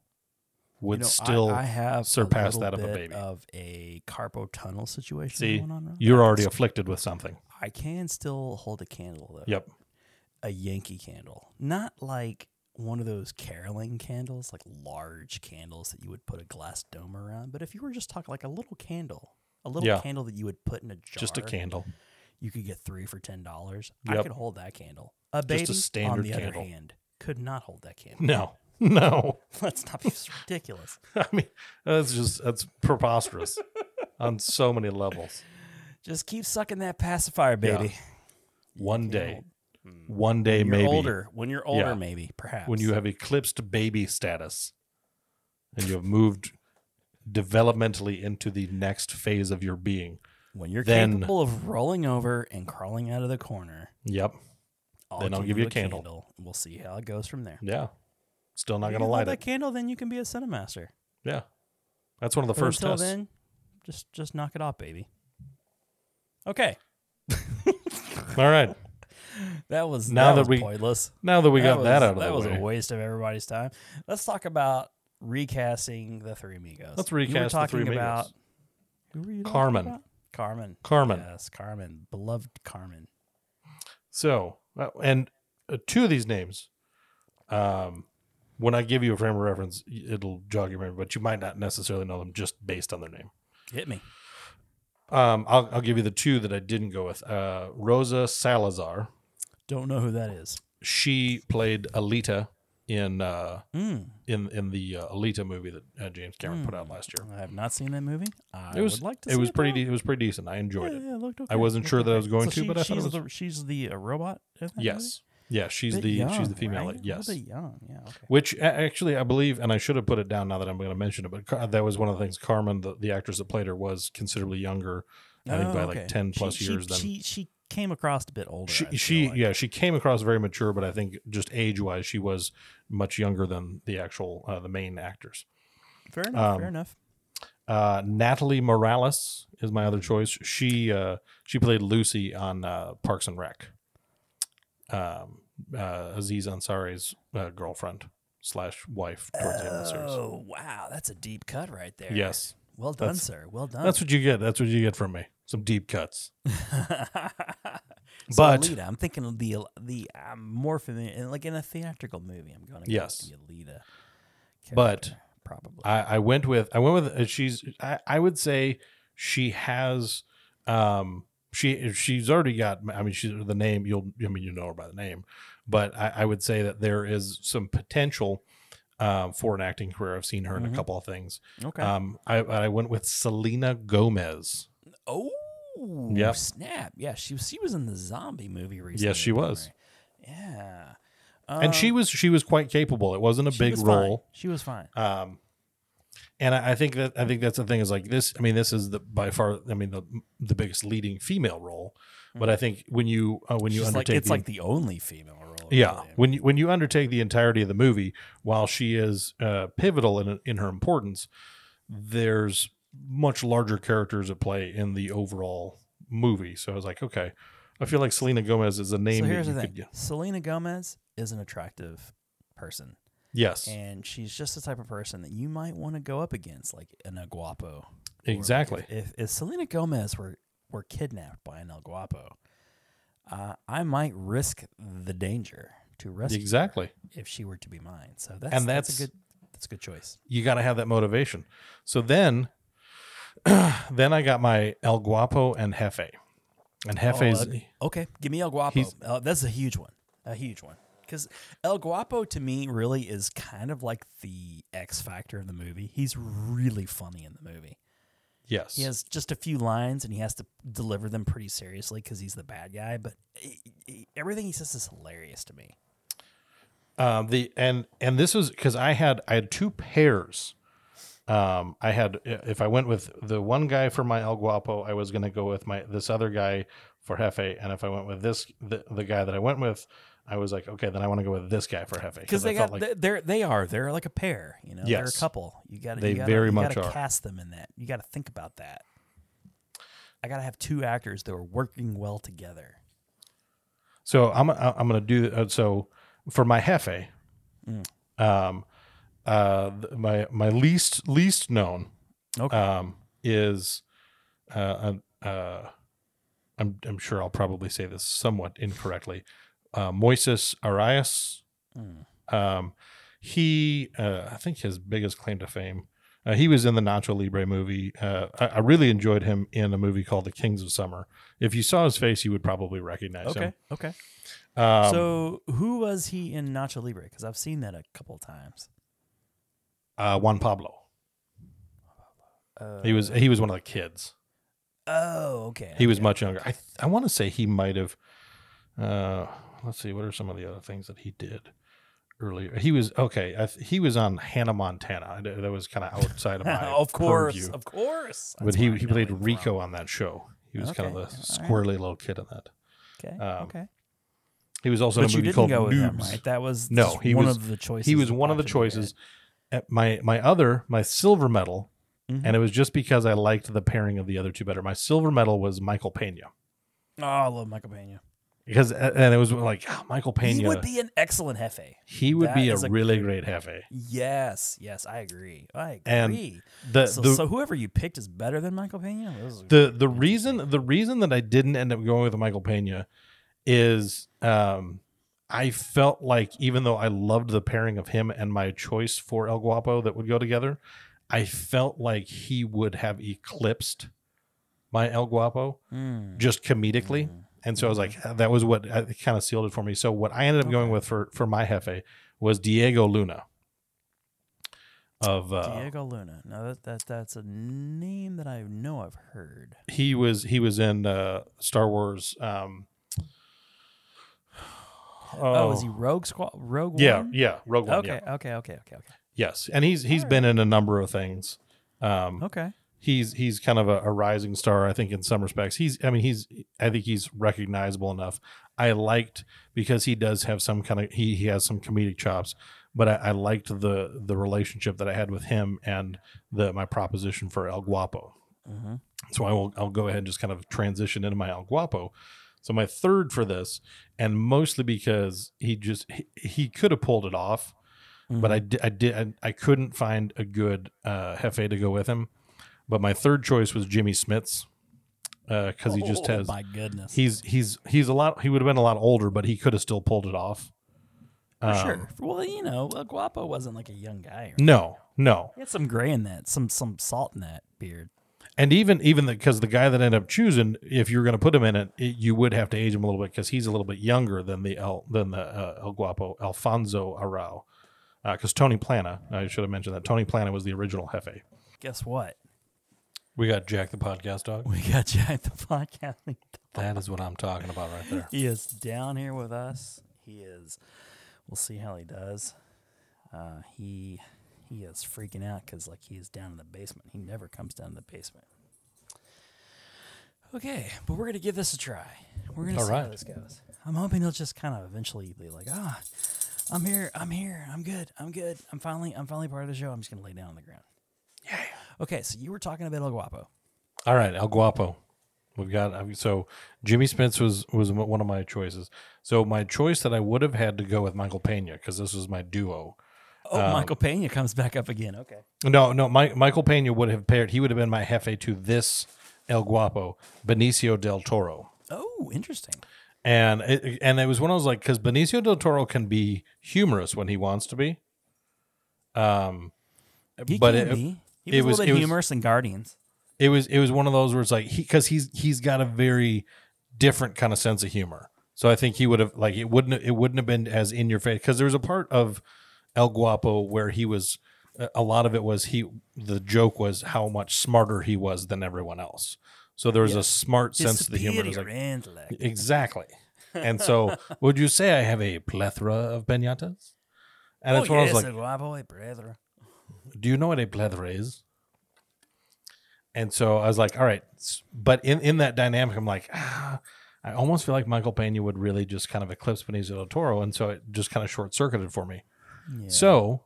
S6: would
S1: You know, I-
S6: still
S1: I, have a
S6: surpass
S1: little
S6: that of a
S1: bit
S6: baby.
S1: Of a carpo tunnel situation
S6: See,
S1: going on. right?
S6: you're already afflicted with something.
S1: I can still hold a candle though.
S6: Yep.
S1: A Yankee candle, not like one of those caroling candles, like large candles that you would put a glass dome around. But if you were just talking like a little candle, a little
S6: Yeah.
S1: candle that you would put in a jar,
S6: Just a candle. <laughs>
S1: you could get three for ten dollars. I
S6: Yep.
S1: could hold that candle. A
S6: a
S1: baby, on
S6: standard
S1: the
S6: candle.
S1: other hand, could not hold that candle.
S6: No. <laughs> No.
S1: <laughs> Let's not be it's ridiculous.
S6: I mean, that's just that's preposterous
S1: <laughs>
S6: on so many levels.
S1: Just keep sucking that pacifier, baby.
S6: One day. One day
S1: When you're
S6: maybe
S1: older, when you're older,
S6: Yeah.
S1: maybe perhaps
S6: when you have eclipsed baby status and you have moved developmentally into the next phase of your being.
S1: when you're
S6: then-
S1: capable of rolling over and crawling out of the corner.
S6: Yep. Then I'll give you a candle.
S1: and We'll see how it goes from there.
S6: Yeah. Still not
S1: If
S6: going to
S1: you
S6: light
S1: hold that
S6: it.
S1: candle, then you can be a cinemaster.
S6: Yeah. That's one of the
S1: But
S6: first
S1: until
S6: tests.
S1: then, just just knock it off, baby. Okay,
S6: All right.
S1: that was now
S6: Now that
S1: that, was
S6: we-
S1: pointless.
S6: Now that we got
S1: was,
S6: that out of
S1: that
S6: the
S1: was
S6: way.
S1: a waste of everybody's time. Let's talk about recasting the Three Amigos.
S6: Let's
S1: You were
S6: recast the
S1: talking
S6: Three Amigos.
S1: about who were you talking
S6: Carmen.
S1: about? Carmen.
S6: Carmen.
S1: Yes, Carmen. Beloved Carmen.
S6: So, uh, and uh, two of these names um, When I give you a frame of reference, y- it'll jog your memory, but you might not necessarily know them just based on their name.
S1: Hit me.
S6: Um, I'll, I'll give you the two that I didn't go with. Uh, Rosa Salazar.
S1: Don't know who that is.
S6: She played Alita in uh,
S1: Mm.
S6: in in the uh, Alita movie that uh, James Cameron put out last year.
S1: I have not seen that movie. Hmm. I
S6: It was
S1: would like to.
S6: it
S1: see
S6: was pretty
S1: though.
S6: de- it was pretty decent. I enjoyed
S1: Yeah,
S6: it.
S1: yeah, it looked okay.
S6: I wasn't
S1: Looked
S6: sure that I
S1: okay.
S6: was going
S1: So
S6: to,
S1: she-
S6: but I thought it
S1: she's
S6: was-
S1: the, she's the uh, robot. in that movie?
S6: Yes, yeah, she's
S1: Bit
S6: the she's
S1: young,
S6: the female.
S1: right?
S6: lead. Yes,
S1: a bit young. Yeah. Okay.
S6: Which a- actually, I believe, and I should have put it down now that I'm going to mention it, but Car- that was one of the things. Carmen, the, the actress that played her, was considerably younger. I think
S1: Oh,
S6: by
S1: okay.
S6: like ten plus
S1: she,
S6: years.
S1: She,
S6: than
S1: she she came across a bit older. I
S6: she,
S1: feel
S6: she
S1: like.
S6: yeah, she came across very mature, but I think just age wise, she was much younger than the actual uh, the main actors.
S1: Fair enough. fair
S6: um,
S1: enough.
S6: Uh, Natalie Morales is my other choice. She uh, she played Lucy on uh, Parks and Rec. Um, uh, Aziz Ansari's uh, girlfriend slash wife towards the end of the series.
S1: Oh wow, that's a deep cut right there.
S6: Yes.
S1: Well done,
S6: That's-
S1: sir. Well done. <laughs>
S6: That's what you get. That's what you get from me. Some deep cuts.
S1: So
S6: but-
S1: Alita, I'm thinking of the the I'm more familiar like in a theatrical movie. I'm going to
S6: Yes.
S1: the Alita,
S6: But
S1: character, probably
S6: I, I went with I went with uh, she's I, I would say she has um she she's already got I mean she's the name you'll I mean you know her by the name, but I, I would say that there is some potential um, for an acting career. I've seen her in a couple of things.
S1: Mm-hmm. okay.
S6: Um, I I went with Selena Gomez.
S1: oh
S6: yeah.
S1: snap! Yeah, she was she was in the zombie movie recently.
S6: Yes, she
S1: if I'm
S6: was.
S1: right. Yeah,
S6: and she was she was quite capable. It wasn't a
S1: Um, She
S6: big
S1: was fine.
S6: role.
S1: She was fine.
S6: Um, and I, I think that I think that's the thing is like this. I mean, this is the by far. I mean, the the biggest leading female role. But I think when you uh, when you
S1: Mm-hmm. She's like,
S6: undertake
S1: it's
S6: the-
S1: like the only female role.
S6: yeah
S1: really.
S6: when you when you undertake the entirety of the movie, while she is uh, pivotal in in her importance, there's much larger characters at play in the overall movie. So I was like, okay, I feel like Selena Gomez is a name.
S1: So
S6: that
S1: here's the
S6: you
S1: thing:
S6: could-
S1: Selena Gomez is an attractive person,
S6: yes,
S1: and she's just the type of person that you might want to go up against, like an El Guapo. or, like,
S6: exactly.
S1: if, if Selena Gomez were were kidnapped by an El Guapo, uh, I might risk the danger to rescue
S6: Exactly.
S1: if she were to be mine. So that's
S6: And
S1: that's, a
S6: that's-
S1: good that's a good choice.
S6: you got to have that motivation. So then, <clears throat> then I got my El Guapo and Jefe, and Jefe's
S1: Oh, uh, okay, give me El Guapo.
S6: He's-
S1: Uh, that's a huge one. A huge one. Because El Guapo to me really is kind of like the X factor of the movie. He's really funny in the movie.
S6: yes,
S1: He has just a few lines and he has to deliver them pretty seriously because he's the bad guy. But i- i- everything he says is hilarious to me.
S6: um, the and and this was because I had I had two pairs. Um, I had if I went with the one guy for my El Guapo, I was going to go with my this other guy for Jefe, and if I went with this the, the guy that I went with, I was like, okay, then I want to go with this guy for Jefe
S1: Because
S6: I
S1: they got they- they're they are they're like a pair. You know, they're a
S6: Yes.
S1: couple. You got
S6: They
S1: you gotta,
S6: very
S1: you
S6: much
S1: gotta
S6: are.
S1: cast them in that. You got to think about that. I got to have two actors that are working well together.
S6: So I'm I'm gonna do uh, so for my jefe,
S1: Mm.
S6: um, uh, th- my my least least known,
S1: Okay.
S6: um, is, uh, uh, uh, I'm I'm sure I'll probably say this somewhat incorrectly, uh, Moises Arias.
S1: Mm.
S6: Um, he uh, I think his biggest claim to fame. Uh, he was in the Nacho Libre movie. Uh, I, I really enjoyed him in a movie called The Kings of Summer. If you saw his face, you would probably recognize him.
S1: Okay. Okay.
S6: Um,
S1: so who was he in Nacho Libre? Because I've seen that a couple of times.
S6: uh, Juan Pablo. he was he was one of the kids.
S1: Oh, okay.
S6: He was much younger. I th- I want to say he might have. Uh, let's see. What are some of the other things that he did earlier? He was okay. I th- he was on Hannah Montana. I d- that was kind
S1: <laughs>
S6: of outside of my
S1: <laughs> of course,
S6: purview.
S1: of course.
S6: but
S1: That's
S6: he
S1: where I
S6: he
S1: know
S6: played
S1: him
S6: Rico
S1: from.
S6: on that show. He was kind of
S1: Okay,
S6: the
S1: all right.
S6: squirrely little kid in that.
S1: Okay.
S6: um,
S1: okay.
S6: He was also
S1: But
S6: in a
S1: you
S6: movie
S1: didn't
S6: called
S1: go with him,
S6: Noobs.
S1: right? That was
S6: No,
S1: just
S6: he
S1: one
S6: was-
S1: of the choices.
S6: he was
S1: that
S6: one of the
S1: popped into my head.
S6: choices. Uh, My my other my silver medal,
S1: Mm-hmm.
S6: and it was just because I liked the pairing of the other two better. My silver medal was Michael Pena
S1: Oh, I love Michael Pena.
S6: because and it was like oh, Michael Pena.
S1: He would be an excellent jefe.
S6: be
S1: that
S6: a
S1: is a-
S6: really great jefe.
S1: Yes, yes, I agree. I
S6: And
S1: agree.
S6: The
S1: so,
S6: the,
S1: so whoever you picked is better than Michael Pena. That was-
S6: the the reason the reason that I didn't end up going with Michael Pena is um I felt like even though I loved the pairing of him and my choice for El Guapo that would go together, I felt like he would have eclipsed my El Guapo
S1: Mm.
S6: just comedically. And so I was like, that was what uh, kind of sealed it for me. So what I ended up going with for for my Hefe was Diego Luna of uh,
S1: Diego Luna. Now that, that that's a name that I know I've heard.
S6: he was he was in uh, Star Wars. Um,
S1: Oh, is he Rogue Squad? Rogue
S6: yeah,
S1: One?
S6: yeah, Rogue One.
S1: Okay,
S6: Yeah.
S1: okay, okay, okay, okay,
S6: Yes, and he's he's been in a number of things. Um,
S1: okay.
S6: he's he's kind of a, a rising star, I think, in some respects. He's I mean he's I think he's recognizable enough. I liked because he does have some kind of he he has some comedic chops, but I, I liked the the relationship that I had with him and the my proposition for El Guapo.
S1: Mhm.
S6: So I will I'll go ahead and just kind of transition into my El Guapo. So my third for this, and mostly because he just he, he could have pulled it off,
S1: Mm-hmm.
S6: but I did I did I, I couldn't find a good uh, Hefe to go with him. But my third choice was Jimmy Smits because he just has
S1: Oh My goodness.
S6: he's he's he's a lot he would have been a lot older, but he could have still pulled it off.
S1: For
S6: Um,
S1: sure. Well, you know, El Guapo wasn't like a young guy. Or
S6: No, no,
S1: He had some gray in that, some some salt in that beard.
S6: and even even because the, guy that ended up choosing, if you're going to put him in it, it- you would have to age him a little bit because he's a little bit younger than the El than the uh, El Guapo Alfonso Arau. Because Tony Plana, I should have mentioned that Tony Plana was the original Hefe.
S1: Guess what?
S6: We got Jack the podcast dog.
S1: We got Jack the podcasting.
S6: That is what I'm talking about right there.
S1: He is down here with us. He is. We'll see how he does. Uh, he he is freaking out because like he is down in the basement. He never comes down to the basement. Okay, but we're gonna give this a try. We're gonna
S6: All
S1: see how
S6: right.
S1: this goes. I'm hoping he'll just kind of eventually be like, ah, I'm here, I'm here, I'm good, I'm good, I'm finally, I'm finally part of the show. I'm just gonna lay down on the ground. Yeah. Okay, so you were talking about El Guapo.
S6: <laughs> All right, El Guapo. We've got I mean, so Jimmy Spence was was m- one of my choices. So my choice that I would have had to go with Michael Pena because this was my duo.
S1: Oh, Michael Pena comes back up again. Okay.
S6: No, no, Mi- Michael Pena would have paired. He would have been my jefe to this El Guapo, Benicio del Toro,
S1: Oh, interesting.
S6: and it, and it was when I was like, because Benicio del Toro can be humorous when he wants to be. Um,
S1: He
S6: but
S1: can
S6: it,
S1: be. He was,
S6: it
S1: a
S6: was-
S1: little
S6: it
S1: bit
S6: was-
S1: humorous in Guardians.
S6: it was it was one of those where it's like he because he's he's got a very different kind of sense of humor. So I think he would have like it wouldn't it wouldn't have been as in your face because there was a part of El Guapo where he was a- a lot of it was he the joke was how much smarter he was than everyone else. So there was a smart sense of the humor. It was
S1: Superior
S6: like,
S1: intellect.
S6: exactly. And
S1: <laughs>
S6: so would you say I have a plethora of beignets? And that's
S1: oh,
S6: when
S1: yes,
S6: I was like,
S1: el guapo, el brethren.
S6: do you know what a plethora is? And so I was like, all right. s- But in, in that dynamic, I'm like, ah, I almost feel like Michael Pena would really just kind of eclipse Benicio del Toro. And so it just kind of short circuited for me. So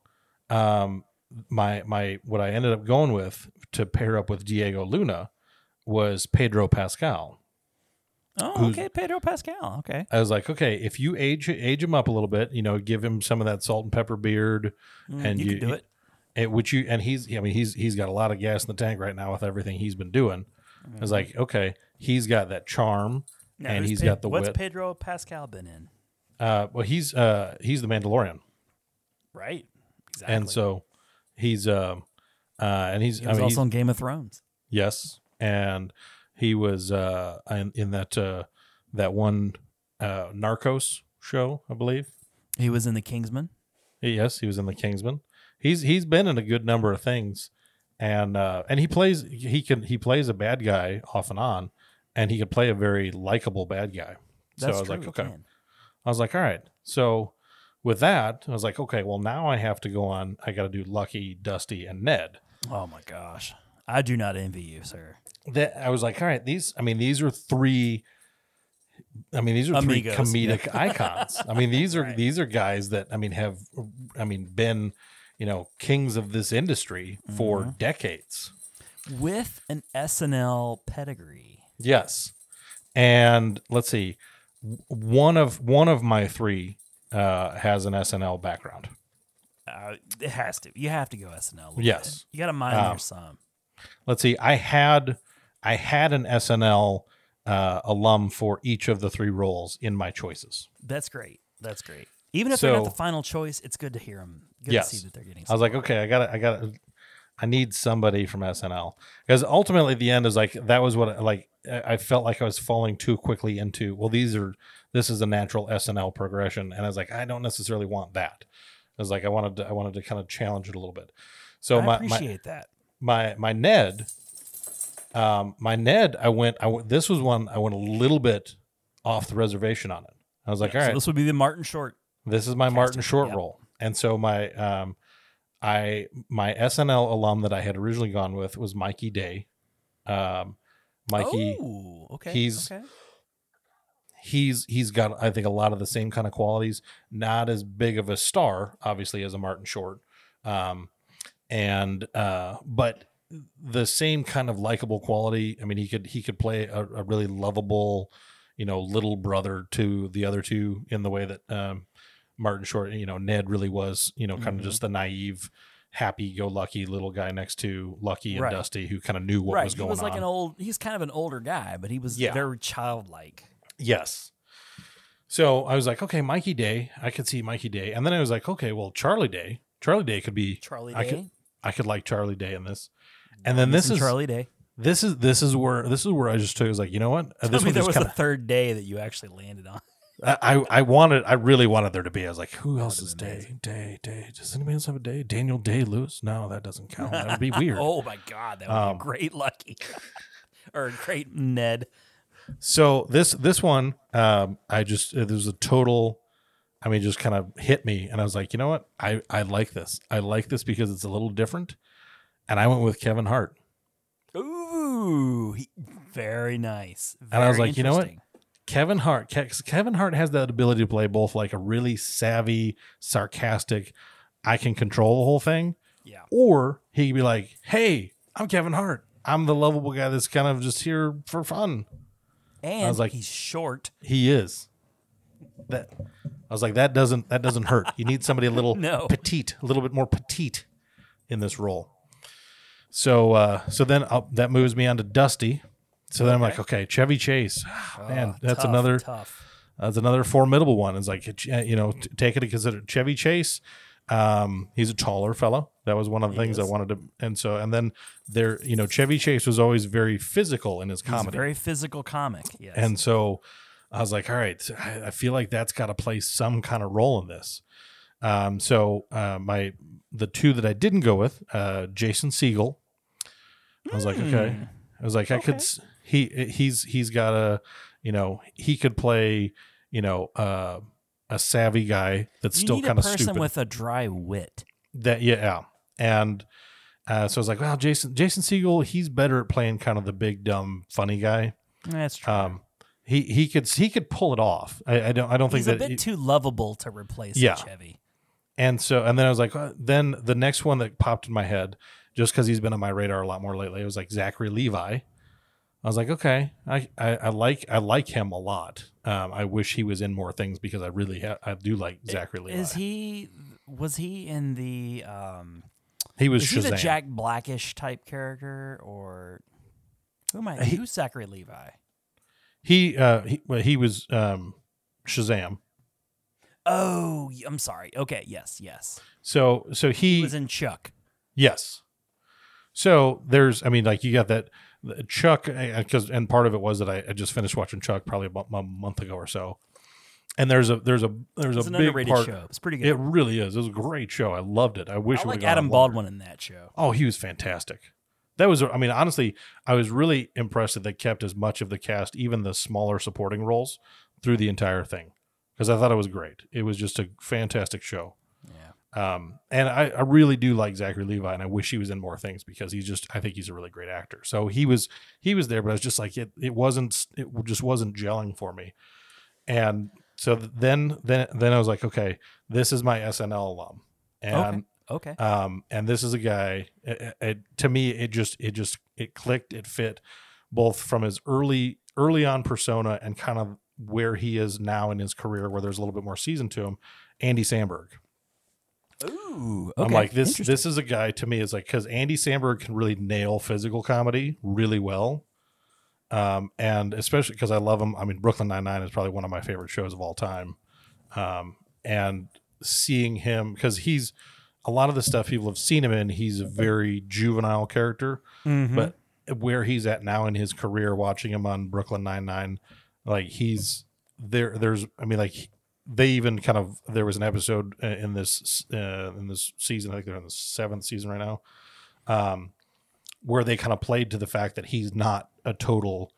S6: um, my, my, what I ended up going with to pair up with Diego Luna was Pedro Pascal.
S1: Oh,
S6: who's-
S1: okay, Pedro Pascal. Okay.
S6: I was like, okay, if you age age him up a little bit, you know, give him some of that salt and pepper beard,
S1: Mm,
S6: and
S1: you can do it.
S6: and which you and he's, I mean, he's he's got a lot of gas in the tank right now with everything he's been doing. I was like, okay, he's got that charm, and
S1: who's
S6: he's
S1: Pe-
S6: got the
S1: What's
S6: wit.
S1: Pedro Pascal been in?
S6: uh, well, he's uh, he's the Mandalorian,
S1: Right. Exactly.
S6: and so he's um, uh, and he's
S1: he
S6: I
S1: was
S6: mean, he's-
S1: also in Game of Thrones.
S6: Yes, and he was uh, in, in that uh, that one uh, Narcos show, I believe.
S1: He was in The Kingsman.
S6: Yes, he was in the Kingsman. He's he's been in a good number of things, and uh, and he plays he can he plays a bad guy off and on, and he could play a very likable bad guy.
S1: That's
S6: so I was
S1: true,
S6: like,
S1: he
S6: okay.
S1: can.
S6: I was like, all right. So with that, I was like, okay. Well, now I have to go on. I got to do Lucky, Dusty, and Ned.
S1: Oh my gosh, I do not envy you, sir.
S6: That I was like, all right. These, I mean, these are three. I mean, these are
S1: Amigos,
S6: three comedic icons. I mean, these are these are guys that I mean have, I mean, been, you know, kings of this industry for decades.
S1: With an SNL pedigree.
S6: Yes. And let's see, w- one of one of my three uh, has an SNL background.
S1: Uh, it has to. You have to go SNL. a little
S6: Yes.
S1: bit. You got to mind
S6: Um,
S1: your some.
S6: Let's see, I had I had an SNL uh, alum for each of the three roles in my choices.
S1: That's great. That's great. Even if they're not the
S6: So-
S1: final choice, it's good to hear them. Good
S6: Yes.
S1: to see that they're getting.
S6: I was like, okay, I got, I got, I need somebody from SNL because ultimately at the end is like that was what like I I felt like I was falling too quickly into. Well, these are this is a natural SNL progression, and I was like, I don't necessarily want that. I was like, I wanted, to, I wanted to kind of challenge it a little bit. So
S1: I
S6: my, my
S1: appreciate that.
S6: my my Ned, um, my Ned, I went. I went, this was one I went a little bit off the reservation on it. I was like, all
S1: So
S6: right,
S1: this would be the Martin Short.
S6: this is my Martin
S1: Casting,
S6: Short
S1: yeah.
S6: role. And so my um I my SNL alum that I had originally gone with was Mikey Day. Um Mikey
S1: oh, okay.
S6: he's-
S1: okay.
S6: he's he's got I think a lot of the same kind of qualities, not as big of a star obviously as a Martin Short. Um and uh but the same kind of likable quality. I mean he could he could play a, a really lovable, you know, little brother to the other two in the way that um Martin Short, you know, Ned really was, you know, kind
S1: Mhm.
S6: of just the naive, happy go lucky little guy next to Lucky and
S1: Right.
S6: Dusty who kind of knew what
S1: right.
S6: was going
S1: he was
S6: on.
S1: like an old. He's kind of an older guy, but he was
S6: Yeah.
S1: very childlike.
S6: Yes. So I was like, okay, Mikey Day, I could see Mikey Day, and then I was like, okay, well, Charlie Day, Charlie Day could be,
S1: Charlie Day.
S6: I could- I could like Charlie Day in this, and then
S1: He's
S6: this
S1: in
S6: is
S1: Charlie Day.
S6: this is this is where this is where I just took, I was like, you know what, Uh,
S1: Tell
S6: this
S1: me
S6: one
S1: there
S6: just
S1: was
S6: kind
S1: the third day that you actually landed on.
S6: of, I I- I wanted, I really wanted there to be, I was like, who else
S1: would've
S6: is
S1: been
S6: Day, Day, Day? Does anybody else have a Day? Daniel Day Lewis? No, that doesn't count. That
S1: <laughs>
S6: would be weird.
S1: oh my god, that would
S6: Um,
S1: be great lucky. <laughs> or great Ned.
S6: So this this one, um, I just uh, there's a total. I mean, just kind of hit me, and I was like, you know what? I I like this. I like this because it's a little different. And I went with Kevin Hart,
S1: Ooh, he- very nice.
S6: and I was
S1: Very
S6: like, you know what?
S1: interesting.
S6: Kevin Hart. Ke- Kevin Hart has that ability to play both like a really savvy, sarcastic. I can control the whole thing,
S1: Yeah.
S6: or he could be like, hey, I'm Kevin Hart. I'm the lovable guy that's kind of just here for fun.
S1: And
S6: was like-
S1: he's short.
S6: He is. That I was like, that doesn't that doesn't hurt. You need somebody a
S1: <laughs>
S6: little
S1: No.
S6: petite, a little bit more petite in this role. So uh so then i that moves me on to Dusty. So then I'm like, okay, Chevy Chase, Ah, man, that's
S1: Ah, Oh, Tough,
S6: another
S1: tough.
S6: that's another formidable one. It's like uh, you know, t- take it into consider Chevy Chase. Um, he's a taller fellow. That was one of the things I wanted to, and so and then there, you know, Chevy Chase was always very physical in his
S1: He's a
S6: comedy.
S1: very physical comic. Yes.
S6: And so I was like, all right, I, I feel like that's got to play some kind of role in this. Um, so uh, my the two that I didn't go with, uh, Jason Siegel. I was like, okay.
S1: Hmm.
S6: I was like, I could. s- He he's he's got a, you know, he could play, you know, uh, a savvy guy that's
S1: you
S6: still
S1: need
S6: kind
S1: a
S6: of
S1: person
S6: stupid.
S1: with a dry wit.
S6: That yeah, yeah. and uh, so I was like, wow, Jason Jason Siegel, he's better at playing kind of the big dumb funny guy.
S1: That's true.
S6: Um, he he could he could pull it off. I, I don't I don't think
S1: he's a
S6: that.
S1: bit
S6: he-
S1: too lovable to replace a
S6: Yeah.
S1: Chevy.
S6: and so and then I was like, uh, then the next one that popped in my head, just because he's been on my radar a lot more lately, it was like Zachary Levi. I was like, okay, I, I, I like I like him a lot. Um, I wish he was in more things because I really ha- I do like Zachary Levi.
S1: Is he? Was he in the? Um,
S6: he was
S1: is he the
S6: Shazam.
S1: Jack Blackish type character, or who am I?
S6: He-
S1: who's Zachary Levi?
S6: he uh he, well, he was um Shazam.
S1: Oh, y- I'm sorry. Okay, yes, yes.
S6: So so he,
S1: He was in Chuck.
S6: Yes. So there's, I mean, like you got that the- Chuck, because and part of it was that I, I just finished watching Chuck probably about a month ago or so, and there's a there's a there's
S1: It's
S6: a
S1: an
S6: big
S1: underrated
S6: part.
S1: show. It's pretty good.
S6: It really is. It was a great show. I loved it. I wish
S1: I
S6: it
S1: like
S6: would've gone
S1: Adam
S6: on longer.
S1: Baldwin in that show.
S6: Oh, he was fantastic. That was, I mean, honestly, I was really impressed that they kept as much of the cast, even the smaller supporting roles, through the entire thing because I thought it was great. It was just a fantastic show. Yeah. Um, and I, I really do like Zachary Levi, and I wish he was in more things because he's just, I think he's a really great actor. So he was, he was there, but I was just like, it, it wasn't, it just wasn't gelling for me. And so then, then, then I was like, okay, this is my SNL alum. And
S1: Okay. Okay.
S6: um, and this is a guy. It, it, to me, it just it just it clicked. It fit both from his early early on persona and kind of where he is now in his career, where there's a little bit more season to him. Andy Samberg.
S1: Ooh.
S6: I'm like this. This is a guy to me is like because Andy Samberg can really nail physical comedy really well, um, and especially because I love him. I mean, Brooklyn Nine Nine is probably one of my favorite shows of all time. um, and seeing him because he's a lot of the stuff people have seen him in. He's a very juvenile character,
S1: Mm-hmm.
S6: but where he's at now in his career, watching him on Brooklyn Nine Nine, like he's there. There's, I mean, like they even kind of there was an episode uh, in this uh, in this season. I think they're in the seventh season right now, um, where they kind of played to the fact that he's not a total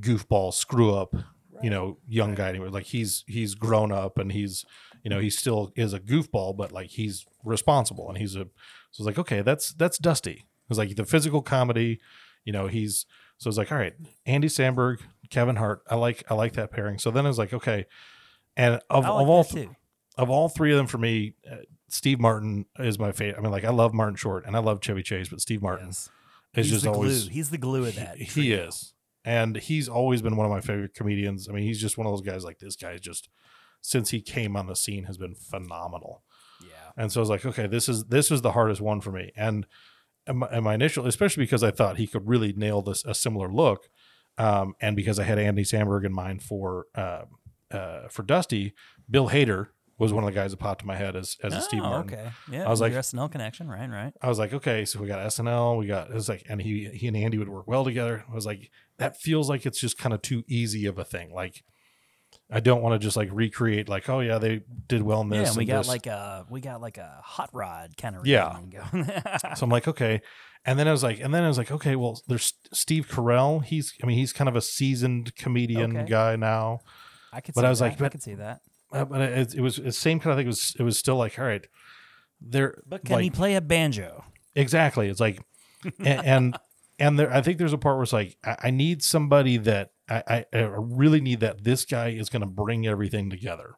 S6: goofball screw up. You know, young guy anyway. Like he's he's grown up and he's you know he still is a goofball, but like he's responsible and he's a. So it's like okay, that's that's Dusty. It's like the physical comedy. You know, he's so it's like all right, Andy Sandberg, Kevin Hart. I like I like that pairing. So then it was like okay, and of,
S1: I
S6: of
S1: like
S6: all
S1: that
S6: th-
S1: too.
S6: of all three of them for me, uh, Steve Martin is my favorite. I mean, like I love Martin Short and I love Chevy Chase, but Steve Martin is
S1: He's
S6: just
S1: the
S6: always
S1: glue. He's the glue of that.
S6: he, he
S1: trio.
S6: is, and he's always been one of my favorite comedians. I mean, he's just one of those guys. Like this guy, just since he came on the scene, has been phenomenal.
S1: Yeah.
S6: And so I was like, okay, this is this is the hardest one for me. And and my, and my initial, especially because I thought he could really nail this a similar look, um, and because I had Andy Samberg in mind for uh, uh, for Dusty, Bill Hader was one of the guys that popped in my head as as a Steve
S1: Oh,
S6: Martin.
S1: okay. Yeah.
S6: I was like-
S1: your SNL connection, right? Right.
S6: I was like, okay, so we got SNL, we got it was like, and he he and Andy would work well together. I was like, that feels like it's just kind of too easy of a thing. Like, I don't want to just like recreate like, oh yeah, they did well in this.
S1: yeah, and we got
S6: this.
S1: like a we got like a hot rod kind of
S6: Yeah.
S1: going. <laughs>
S6: So I'm like, okay. And then I was like, and then I was like, okay, well, there's Steve Carell. He's, I mean, he's kind of a seasoned comedian
S1: Okay.
S6: guy now.
S1: I could.
S6: But
S1: see
S6: I was
S1: that.
S6: like,
S1: I
S6: but-
S1: could see that.
S6: Uh, But it, it was the same kind of thing. It was, it was still like, all right, there.
S1: But can
S6: like,
S1: he play a banjo?
S6: Exactly. It's like,
S1: <laughs>
S6: a- and and, there, I think there's a part where it's like, I, I need somebody that I, I, I really need that this guy is going to bring everything together.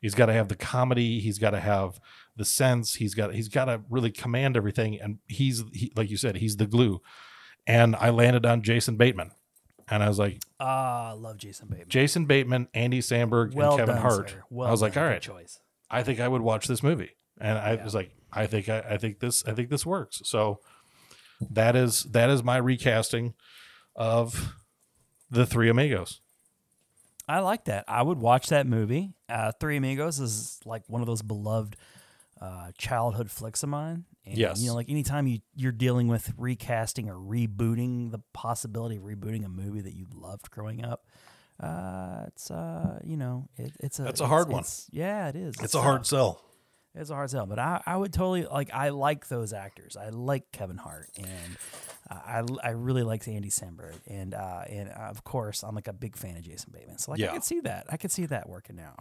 S6: He's got to have the comedy. He's got to have the sense. He's got he's got to really command everything. And he's he, like you said, he's the glue. And I landed on Jason Bateman, and I was like,
S1: Ah, I love Jason Bateman.
S6: Jason Bateman, Andy Sandberg,
S1: well
S6: and Kevin
S1: done,
S6: Hart.
S1: sir. Well
S6: I was like,
S1: done.
S6: all
S1: Good
S6: right,
S1: choice.
S6: I think I would watch this movie. And I was like, I think I, I think this I think this works. So that is that is my recasting of the Three Amigos.
S1: I like that. I would watch that movie. Uh, Three Amigos is like one of those beloved uh, childhood flicks of mine. And,
S6: Yes.
S1: You know, like anytime you, you're dealing with recasting or rebooting, the possibility of rebooting a movie that you loved growing up, uh, it's, uh, you know, it, it's a.
S6: That's a
S1: it's-
S6: hard one.
S1: it's- yeah, it is.
S6: It's a hard
S1: tough.
S6: sell.
S1: It's a hard sell, but I, I would totally like. I like those actors. I like Kevin Hart, and uh, I I really like Andy Samberg, and uh, and uh, of course I'm like a big fan of Jason Bateman. So like
S6: Yeah.
S1: I could see that. I could see that working now.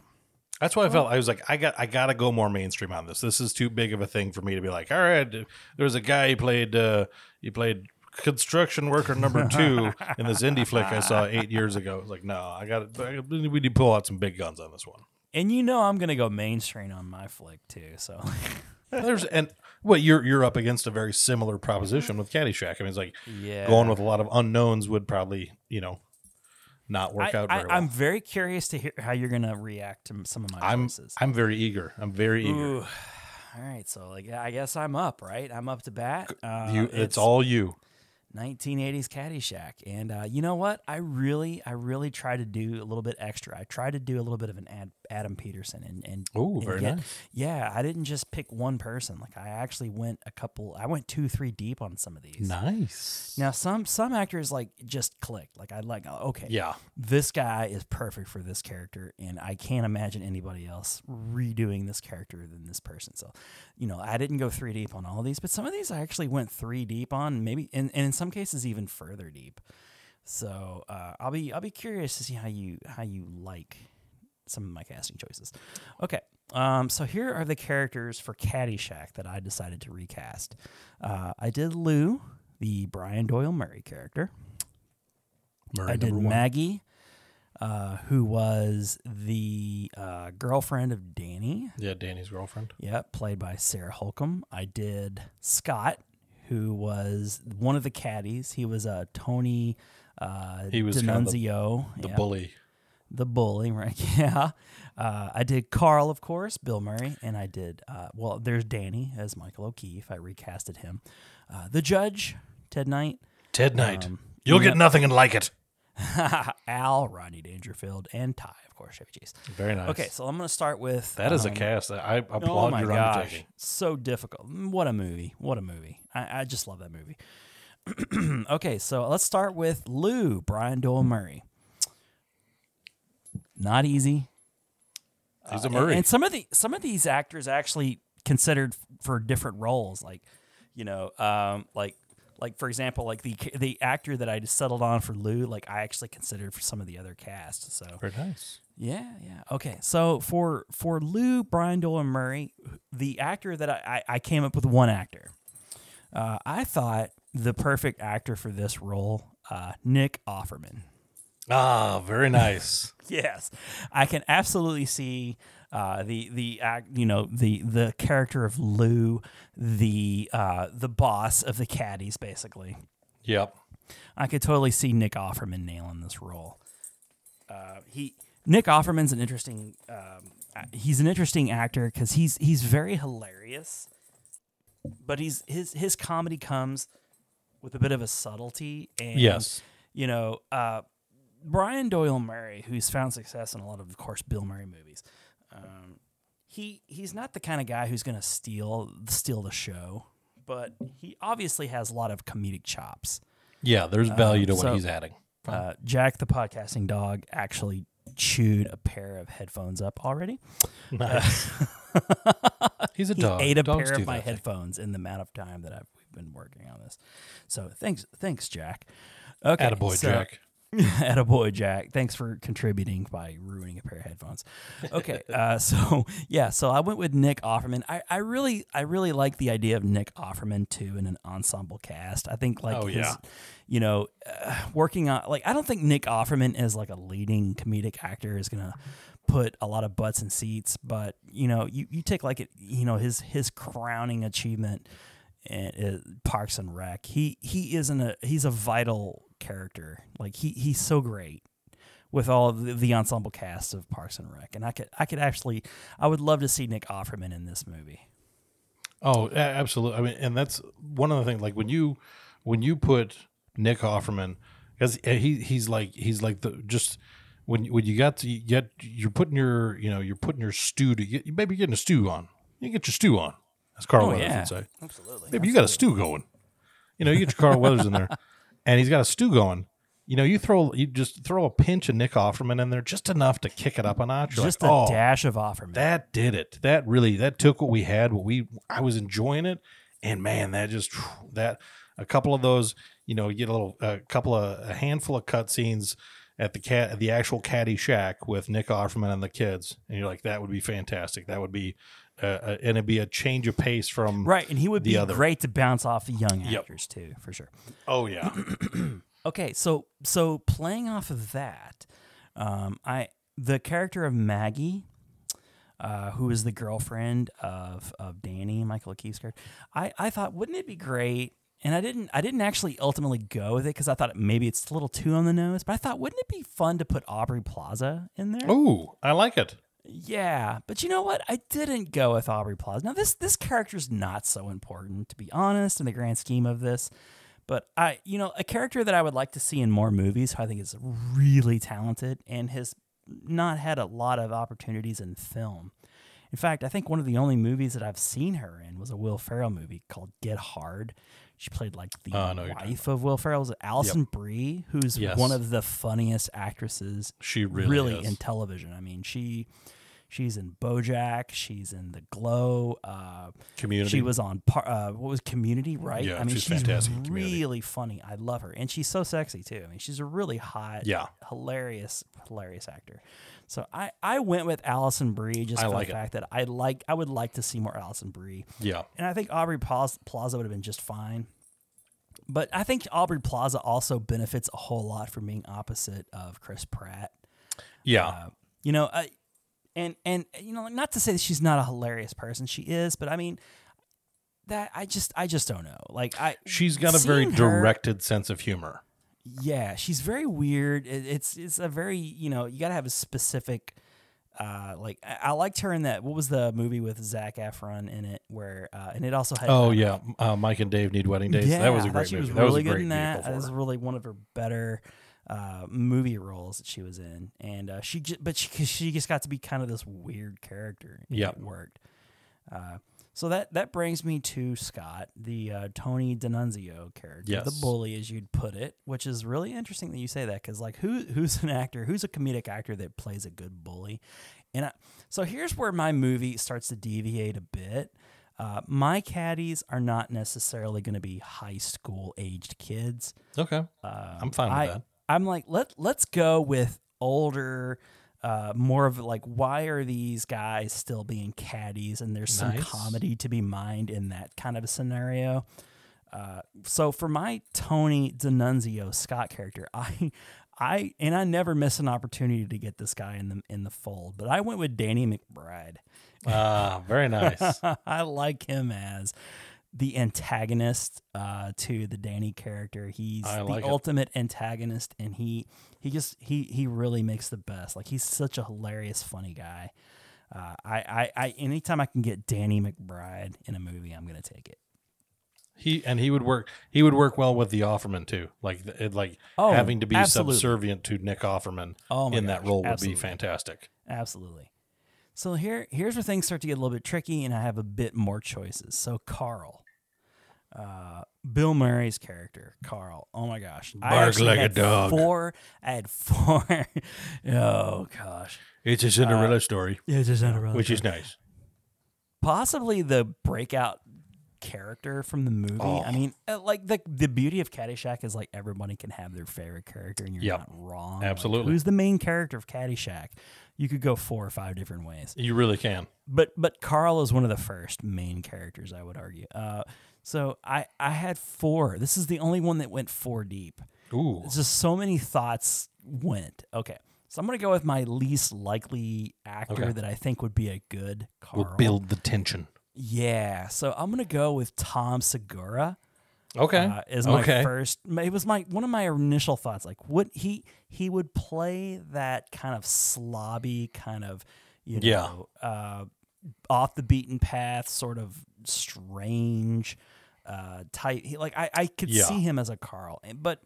S6: That's why I felt I was like, I got I gotta go more mainstream on this. This is too big of a thing for me to be like, all right, there was a guy he played uh he played construction worker number two in this indie flick I saw eight years ago. It's like, no, I got we need to pull out some big guns on this one.
S1: And you know I'm gonna go mainstream on my flick too. So
S6: There's and well, you're you're up against a very similar proposition with Caddyshack. I mean, it's like
S1: Yeah.
S6: going with a lot of unknowns would probably you know not
S1: I,
S6: work out
S1: I,
S6: very well.
S1: I'm very curious to hear how you're gonna react to some of my
S6: I'm
S1: choices.
S6: I'm very eager. I'm very eager.
S1: Ooh. All right, so like I guess I'm up, right? I'm up to bat. Uh,
S6: you, it's, all you.
S1: 1980s Caddyshack. And uh, you know what? I really, I really try to do a little bit extra. I tried to do a little bit of an ad, Adam Peterson and and
S6: Ooh,
S1: and
S6: very
S1: get-
S6: nice.
S1: Yeah, I didn't just pick one person. Like I actually went a couple. I went two, three deep on some of these.
S6: Nice.
S1: Now some some actors like just clicked. Like I like oh, okay,
S6: Yeah.
S1: this guy is perfect for this character, and I can't imagine anybody else redoing this character than this person. So, you know, I didn't go three deep on all these, but some of these I actually went three deep on, maybe, and, and in some cases even further deep. So uh, I'll be I'll be curious to see how you how you like some of my casting choices. Okay, um, so here are the characters for Caddyshack that I decided to recast. Uh, I did Lou, the Brian Doyle Murray character.
S6: Murray
S1: I did
S6: number one.
S1: Maggie, uh, who was the uh, girlfriend of Danny.
S6: yeah, Danny's girlfriend.
S1: Yep, played by Sarah Holcomb. I did Scott, who was one of the caddies. He was a Tony uh,
S6: He was kind of the-
S1: D'Annunzio,
S6: The
S1: yeah,
S6: bully.
S1: the bully, <laughs> right? Yeah. Uh, I did Carl, of course, Bill Murray, and I did uh, well. There's Danny as Michael O'Keefe. I recasted him. Uh, the judge, Ted Knight.
S6: Ted Knight.
S1: Um,
S6: You'll
S1: yeah.
S6: get nothing and like it.
S1: <laughs> Al, Rodney Dangerfield, and Ty, of course, Chevy Chase.
S6: Very nice.
S1: Okay, so I'm going to start with
S6: That is
S1: um,
S6: a cast. that I applaud
S1: Oh my
S6: your
S1: gosh,
S6: undertaking.
S1: so difficult. Mm, What a movie! What a movie! I, I just love that movie. <clears throat> okay, so let's start with Lou Brian Doyle Murray. Not easy.
S6: He's a
S1: And-
S6: Murray.
S1: Uh, And some of the some of these actors actually considered f- for different roles, like you know, um, like like for example, like the ca- the actor that I just settled on for Lou, like I actually considered for some of the other cast. So
S6: Very nice.
S1: yeah, yeah. Okay, so for for Lou Brian Doyle and Murray, the actor that I I, I came up with one actor. Uh, I thought the perfect actor for this role, uh, Nick Offerman. <laughs>
S6: Ah, very nice.
S1: Yes, I can absolutely see uh, the the act. You know the the character of Lou, the uh, the boss of the caddies. Basically,
S6: yep.
S1: I could totally see Nick Offerman nailing this role. Uh, he Nick Offerman's an interesting. Um, a- he's an interesting actor because he's he's very hilarious, but he's his his comedy comes with a bit of a subtlety and
S6: Yes.
S1: you know, uh, Brian Doyle Murray, who's found success in a lot of, of course, Bill Murray movies. Um, he he's not the kind of guy who's going to steal steal the show, but he obviously has a lot of comedic chops.
S6: Yeah, there's value to
S1: uh, so-
S6: what he's adding.
S1: Uh, Jack the podcasting dog actually chewed a pair of headphones up already.
S6: Nice. he's a
S1: He
S6: dog.
S1: ate a
S6: Uh, Dogs
S1: pair
S6: do
S1: of my
S6: that thing.
S1: headphones in the amount of time that I've we've been working on this. So thanks, thanks, Jack. Okay,
S6: Attaboy,
S1: so-
S6: Jack.
S1: <laughs> Attaboy, Jack. Thanks for contributing by ruining a pair of headphones.
S6: <laughs>
S1: Okay, uh, so yeah, so I went with Nick Offerman. I, I really, I really like the idea of Nick Offerman too in an ensemble cast. I think like
S6: Oh,
S1: his,
S6: yeah.
S1: you know, uh, working on like I don't think Nick Offerman as like a leading comedic actor is gonna put a lot of butts in seats, but you know, you you take like it, you know, his his crowning achievement and uh, Parks and Rec. He he isn't a he's a vital character. Like he he's so great with all the, the ensemble cast of Parks and Rec. And I could I could actually I would love to see Nick Offerman in this movie.
S6: Oh, a- absolutely. I mean, and that's one of the things. Like when you when you put Nick Offerman, because he he's like he's like the just when when you got to you get you're putting your you know you're putting your stew to get, you maybe getting a stew on. You get your stew on, as Carl
S1: Oh,
S6: Weathers
S1: yeah.
S6: would say.
S1: Absolutely.
S6: Maybe you got a stew going. You know, you get your Carl Weathers in
S1: <laughs>
S6: there, and he's got a stew going. You know, you throw you just throw a pinch of Nick Offerman in there, just enough to kick it up a notch. You're
S1: Just
S6: like,
S1: a
S6: "Oh,
S1: dash of Offerman.
S6: that did it. That really that took what we had. What we I was enjoying it, and man, that just <sighs> that a couple of those. You know, you get a little a couple of a handful of cutscenes at the cat at the actual caddy shack with Nick Offerman and the kids, and you're like, that would be fantastic. That would be, uh, uh, and it'd be a change of pace from
S1: right, and he would
S6: The
S1: be
S6: other.
S1: great to bounce off the young
S6: Yep.
S1: actors too, for sure.
S6: Oh yeah, <clears throat>
S1: Okay, so so playing off of that, um, I the character of Maggie, uh, who is the girlfriend of of Danny, Michael O'Keefe's character, I, I thought wouldn't it be great? And I didn't I didn't actually ultimately go with it because I thought maybe it's a little too on the nose, but I thought wouldn't it be fun to put Aubrey Plaza in there?
S6: oh I like it.
S1: Yeah, but you know what? I didn't go with Aubrey Plaza. Now this this character's not so important to be honest in the grand scheme of this, but I you know a character that I would like to see in more movies who I think is really talented and has not had a lot of opportunities in film. In fact, I think one of the only movies that I've seen her in was a Will Ferrell movie called Get Hard. She played like the
S6: Oh, I know what you're talking
S1: wife of Will Ferrell's Alison Brie, who's
S6: Yes.
S1: one of the funniest actresses
S6: She really,
S1: really,
S6: is.
S1: in television. I mean, she she's in BoJack, she's in The Glow. Uh,
S6: community.
S1: she was on par, uh, what was Community, right?
S6: Yeah,
S1: I mean,
S6: she's
S1: she's,
S6: fantastic in Community.
S1: really funny. I love her, and she's so sexy too. I mean, she's a really hot,
S6: Yeah.
S1: hilarious, hilarious actor. So I I went with Allison Brie just
S6: I
S1: for
S6: like it.
S1: the fact that I like I would like to see more Allison Brie,
S6: yeah.
S1: and I think Aubrey Plaza, Plaza would have been just fine. But I think Aubrey Plaza also benefits a whole lot from being opposite of Chris Pratt
S6: Yeah.
S1: uh, you know I, and and you know not to say that she's not a hilarious person she is but i mean that i just i just don't know like i
S6: She's got a very
S1: seeing her-
S6: directed sense of humor.
S1: yeah she's very weird it, it's it's a very you know you gotta have a specific uh, like I, I liked her in that. What was the movie with Zach Efron in it? Where uh, and it also had
S6: Oh
S1: uh,
S6: yeah, uh, Mike and Dave need wedding dates.
S1: Yeah,
S6: that was
S1: I
S6: a
S1: thought
S6: great
S1: she
S6: movie.
S1: Was
S6: that
S1: really
S6: was a
S1: good
S6: great
S1: in that.
S6: vehicle for
S1: That was
S6: her.
S1: really one of her better uh, movie roles that she was in, and uh, she just, but she 'cause she just got to be kind of this weird character. and
S6: Yep.
S1: it worked. Uh, so that that brings me to Scott, the uh, Tony D'Annunzio character, the
S6: Yes.
S1: bully, as you'd put it, which is really interesting that you say that because like who who's an actor, who's a comedic actor that plays a good bully, and I, so here's where my movie starts to deviate a bit. Uh, my caddies are not necessarily going to be high school aged kids.
S6: Okay. I'm fine
S1: Um,
S6: with
S1: I, <laughs>
S6: that.
S1: I'm like, let let's go with older, uh, more of like, why are these guys still being caddies? And there's some
S6: Nice.
S1: comedy to be mined in that kind of a scenario. Uh, so for my Tony D'Annunzio Scott character, <laughs> I, I, and I never miss an opportunity to get this guy in the in the fold. But I went with Danny McBride.
S6: Ah, very nice.
S1: <laughs> I like him as the antagonist uh, to the Danny character. He's
S6: I
S1: the
S6: like it.
S1: ultimate antagonist, and he he just he he really makes the best. Like he's such a hilarious, funny guy. Uh, I, I I anytime I can get Danny McBride in a movie, I'm gonna take it.
S6: <laughs> He and he would work. He would work well with the Offerman too. Like th- it, like
S1: Oh,
S6: having to be
S1: absolutely.
S6: subservient to Nick Offerman
S1: Oh my
S6: in that
S1: gosh,
S6: role would
S1: absolutely.
S6: be fantastic.
S1: Absolutely. So here here's where things start to get a little bit tricky, and I have a bit more choices. So Carl. Uh, Bill Murray's character, Carl. Oh my gosh, I
S6: Bark
S1: actually
S6: like a
S1: had
S6: dog.
S1: Four, I had four. <laughs> oh gosh,
S6: It's a
S1: Uh,
S6: Cinderella story,
S1: yeah, just not
S6: which is nice.
S1: possibly the breakout character from the movie.
S6: Oh.
S1: I mean, uh, like the the beauty of Caddyshack is like everybody can have their favorite character, and you're
S6: Yep.
S1: not wrong.
S6: Absolutely.
S1: like, who's the main character of Caddyshack? You could go four or five different ways.
S6: You really can.
S1: but but Carl is one of the first main characters, I would argue. Uh, so I I had four. This is the only one that went four deep.
S6: Ooh,
S1: It's just so many thoughts went. Okay, so I'm gonna go with my least likely actor
S6: Okay.
S1: that I think would be a good Carl.
S6: will build the tension.
S1: Yeah, so I'm gonna go with Tom Segura
S6: Okay,
S1: uh, is my
S6: okay.
S1: first. It was my one of my initial thoughts. Like, would he he would play that kind of slobby kind of you
S6: Yeah.
S1: know uh, off the beaten path, sort of strange uh, type. He, like I I could
S6: Yeah.
S1: see him as a Carl, And- but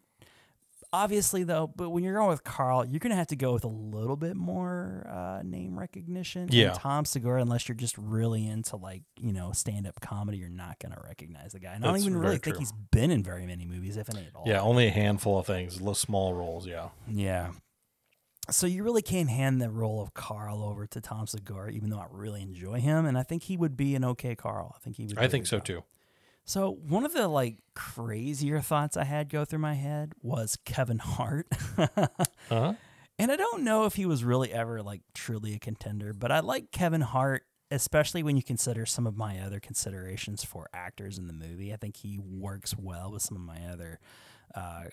S1: obviously though, but when you're going with Carl, you're gonna have to go with a little bit more uh, name recognition. And
S6: Yeah.
S1: Tom Segura, unless you're just really into like you know stand up comedy, you're not gonna recognize the guy. And I don't
S6: That's
S1: even
S6: very
S1: really think
S6: true.
S1: he's been in very many movies, if any at all.
S6: Yeah, only a handful of things, little small roles. Yeah,
S1: Yeah. So you really can't hand the role of Carl over to Tom Segura, even though I really enjoy him, and I think he would be an okay Carl. I think he would. do
S6: I
S1: a
S6: think
S1: good
S6: so
S1: job.
S6: too.
S1: So one of the like crazier thoughts I had go through my head was Kevin Hart. <laughs>
S6: Uh-huh.
S1: And I don't know if he was really ever like truly a contender, but I like Kevin Hart, especially when you consider some of my other considerations for actors in the movie. I think he works well with some of my other uh,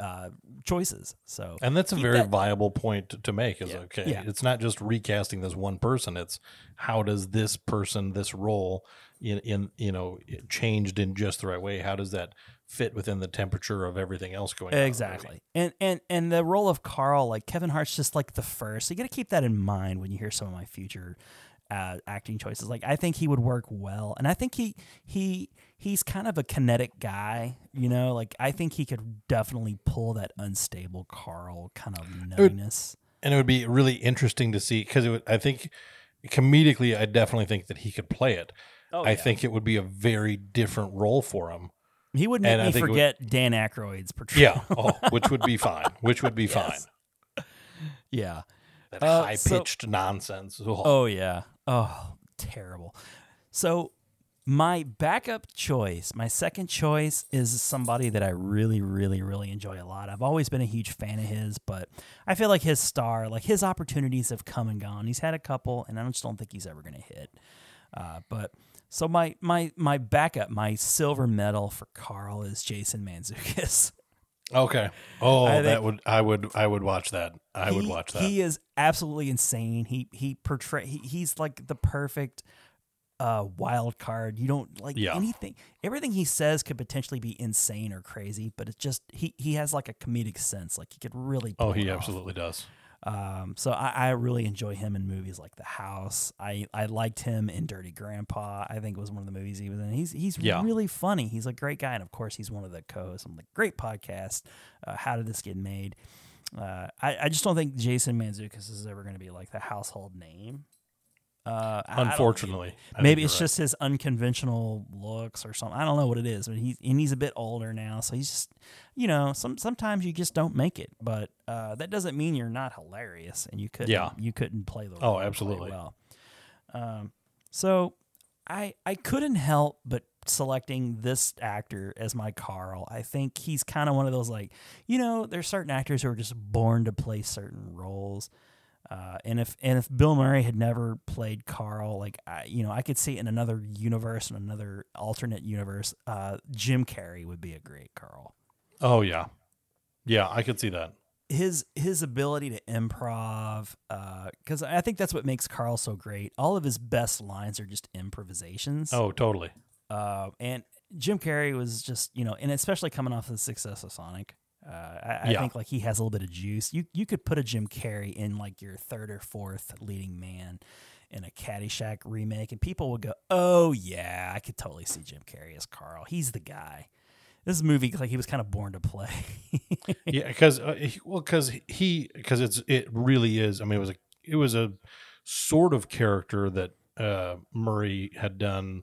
S1: uh, choices. So
S6: And that's a
S1: keep
S6: very
S1: that-
S6: viable point to- to make. Is okay.
S1: Yeah.
S6: It's not just recasting this one person. It's how does this person, this role, in in you know, it changed in just the right way. How does that fit within the temperature of everything else going on? in the movie?
S1: Exactly. And and and the role of Carl, like Kevin Hart's just like the first. So you got to keep that in mind when you hear some of my future uh, acting choices. Like I think he would work well, and I think he he he's kind of a kinetic guy. You know, like I think he could definitely pull that unstable Carl kind of nuttiness.
S6: and it would be really interesting to see because it would, I think comedically, I definitely think that he could play it.
S1: Oh,
S6: I think it would be a very different role for him.
S1: He would make
S6: and I
S1: me
S6: think it would-
S1: forget Dan Aykroyd's portrayal.
S6: Yeah, oh, which would be fine.
S1: <laughs>
S6: Which would be fine.
S1: yeah.
S6: That
S1: Uh,
S6: high
S1: so-
S6: pitched nonsense. Ugh.
S1: Oh yeah. Oh, terrible. So my backup choice, my second choice is somebody that I really, really, really enjoy a lot. I've always been a huge fan of his, but I feel like his star, like his opportunities have come and gone. He's had a couple, and I just don't think he's ever going to hit. Uh, but so my my my backup, my silver medal for Carl is Jason <laughs> Manzukis.
S6: Okay. Oh,
S1: I
S6: that
S1: think-
S6: would I would I would watch that. I would
S1: He-
S6: watch that.
S1: He is absolutely insane. He he portray he, he's like the perfect uh wild card. You don't like
S6: Yeah.
S1: anything everything he says could potentially be insane or crazy, but it's just he he has like a comedic sense. Like he could really
S6: oh,
S1: pull
S6: he
S1: it off.
S6: absolutely does.
S1: Um, so I, I really enjoy him in movies like The House. I, I liked him in Dirty Grandpa. I think was one of the movies he was in. He's he's
S6: Yeah.
S1: really funny. He's a great guy, and of course he's one of the co-hosts on the great podcast. Uh, How did this get made? Uh, I, I just don't think Jason Manzukis is ever going to be like the household name. Uh, I- I don't-
S6: Unfortunately, I think
S1: maybe
S6: you're
S1: it's
S6: right.
S1: just his unconventional looks or something. I don't know what it is, but he's and he's a bit older now, so he's just you know some sometimes you just don't make it, but uh, that doesn't mean you're not hilarious and you couldn't
S6: Yeah.
S1: you couldn't play the
S6: Oh,
S1: role
S6: absolutely.
S1: quite well. Um, so I I couldn't help but selecting this actor as my Carl. I think he's kind of one of those like you know there's certain actors who are just born to play certain roles. Uh, and if and if Bill Murray had never played Carl, like I, you know, I could see in another universe, in another alternate universe, uh, Jim Carrey would be a great Carl.
S6: Oh yeah, yeah, I could see that.
S1: His his ability to improv, because I think that's what makes Carl so great. All of his best lines are just improvisations. <laughs>
S6: Oh, totally.
S1: Uh, and Jim Carrey was just, you know, and especially coming off of the success of Sonic, uh, I, I
S6: Yeah.
S1: think like he has a little bit of juice. You you could put a Jim Carrey in like your third or fourth leading man in a Caddyshack remake, and people would go, "Oh yeah, I could totally see Jim Carrey as Carl. He's the guy." This movie, like he was kind of born to play. <laughs>
S6: yeah, because uh, he- well, because he because it's it really is. I mean, it was a it was a sort of character that uh, Murray had done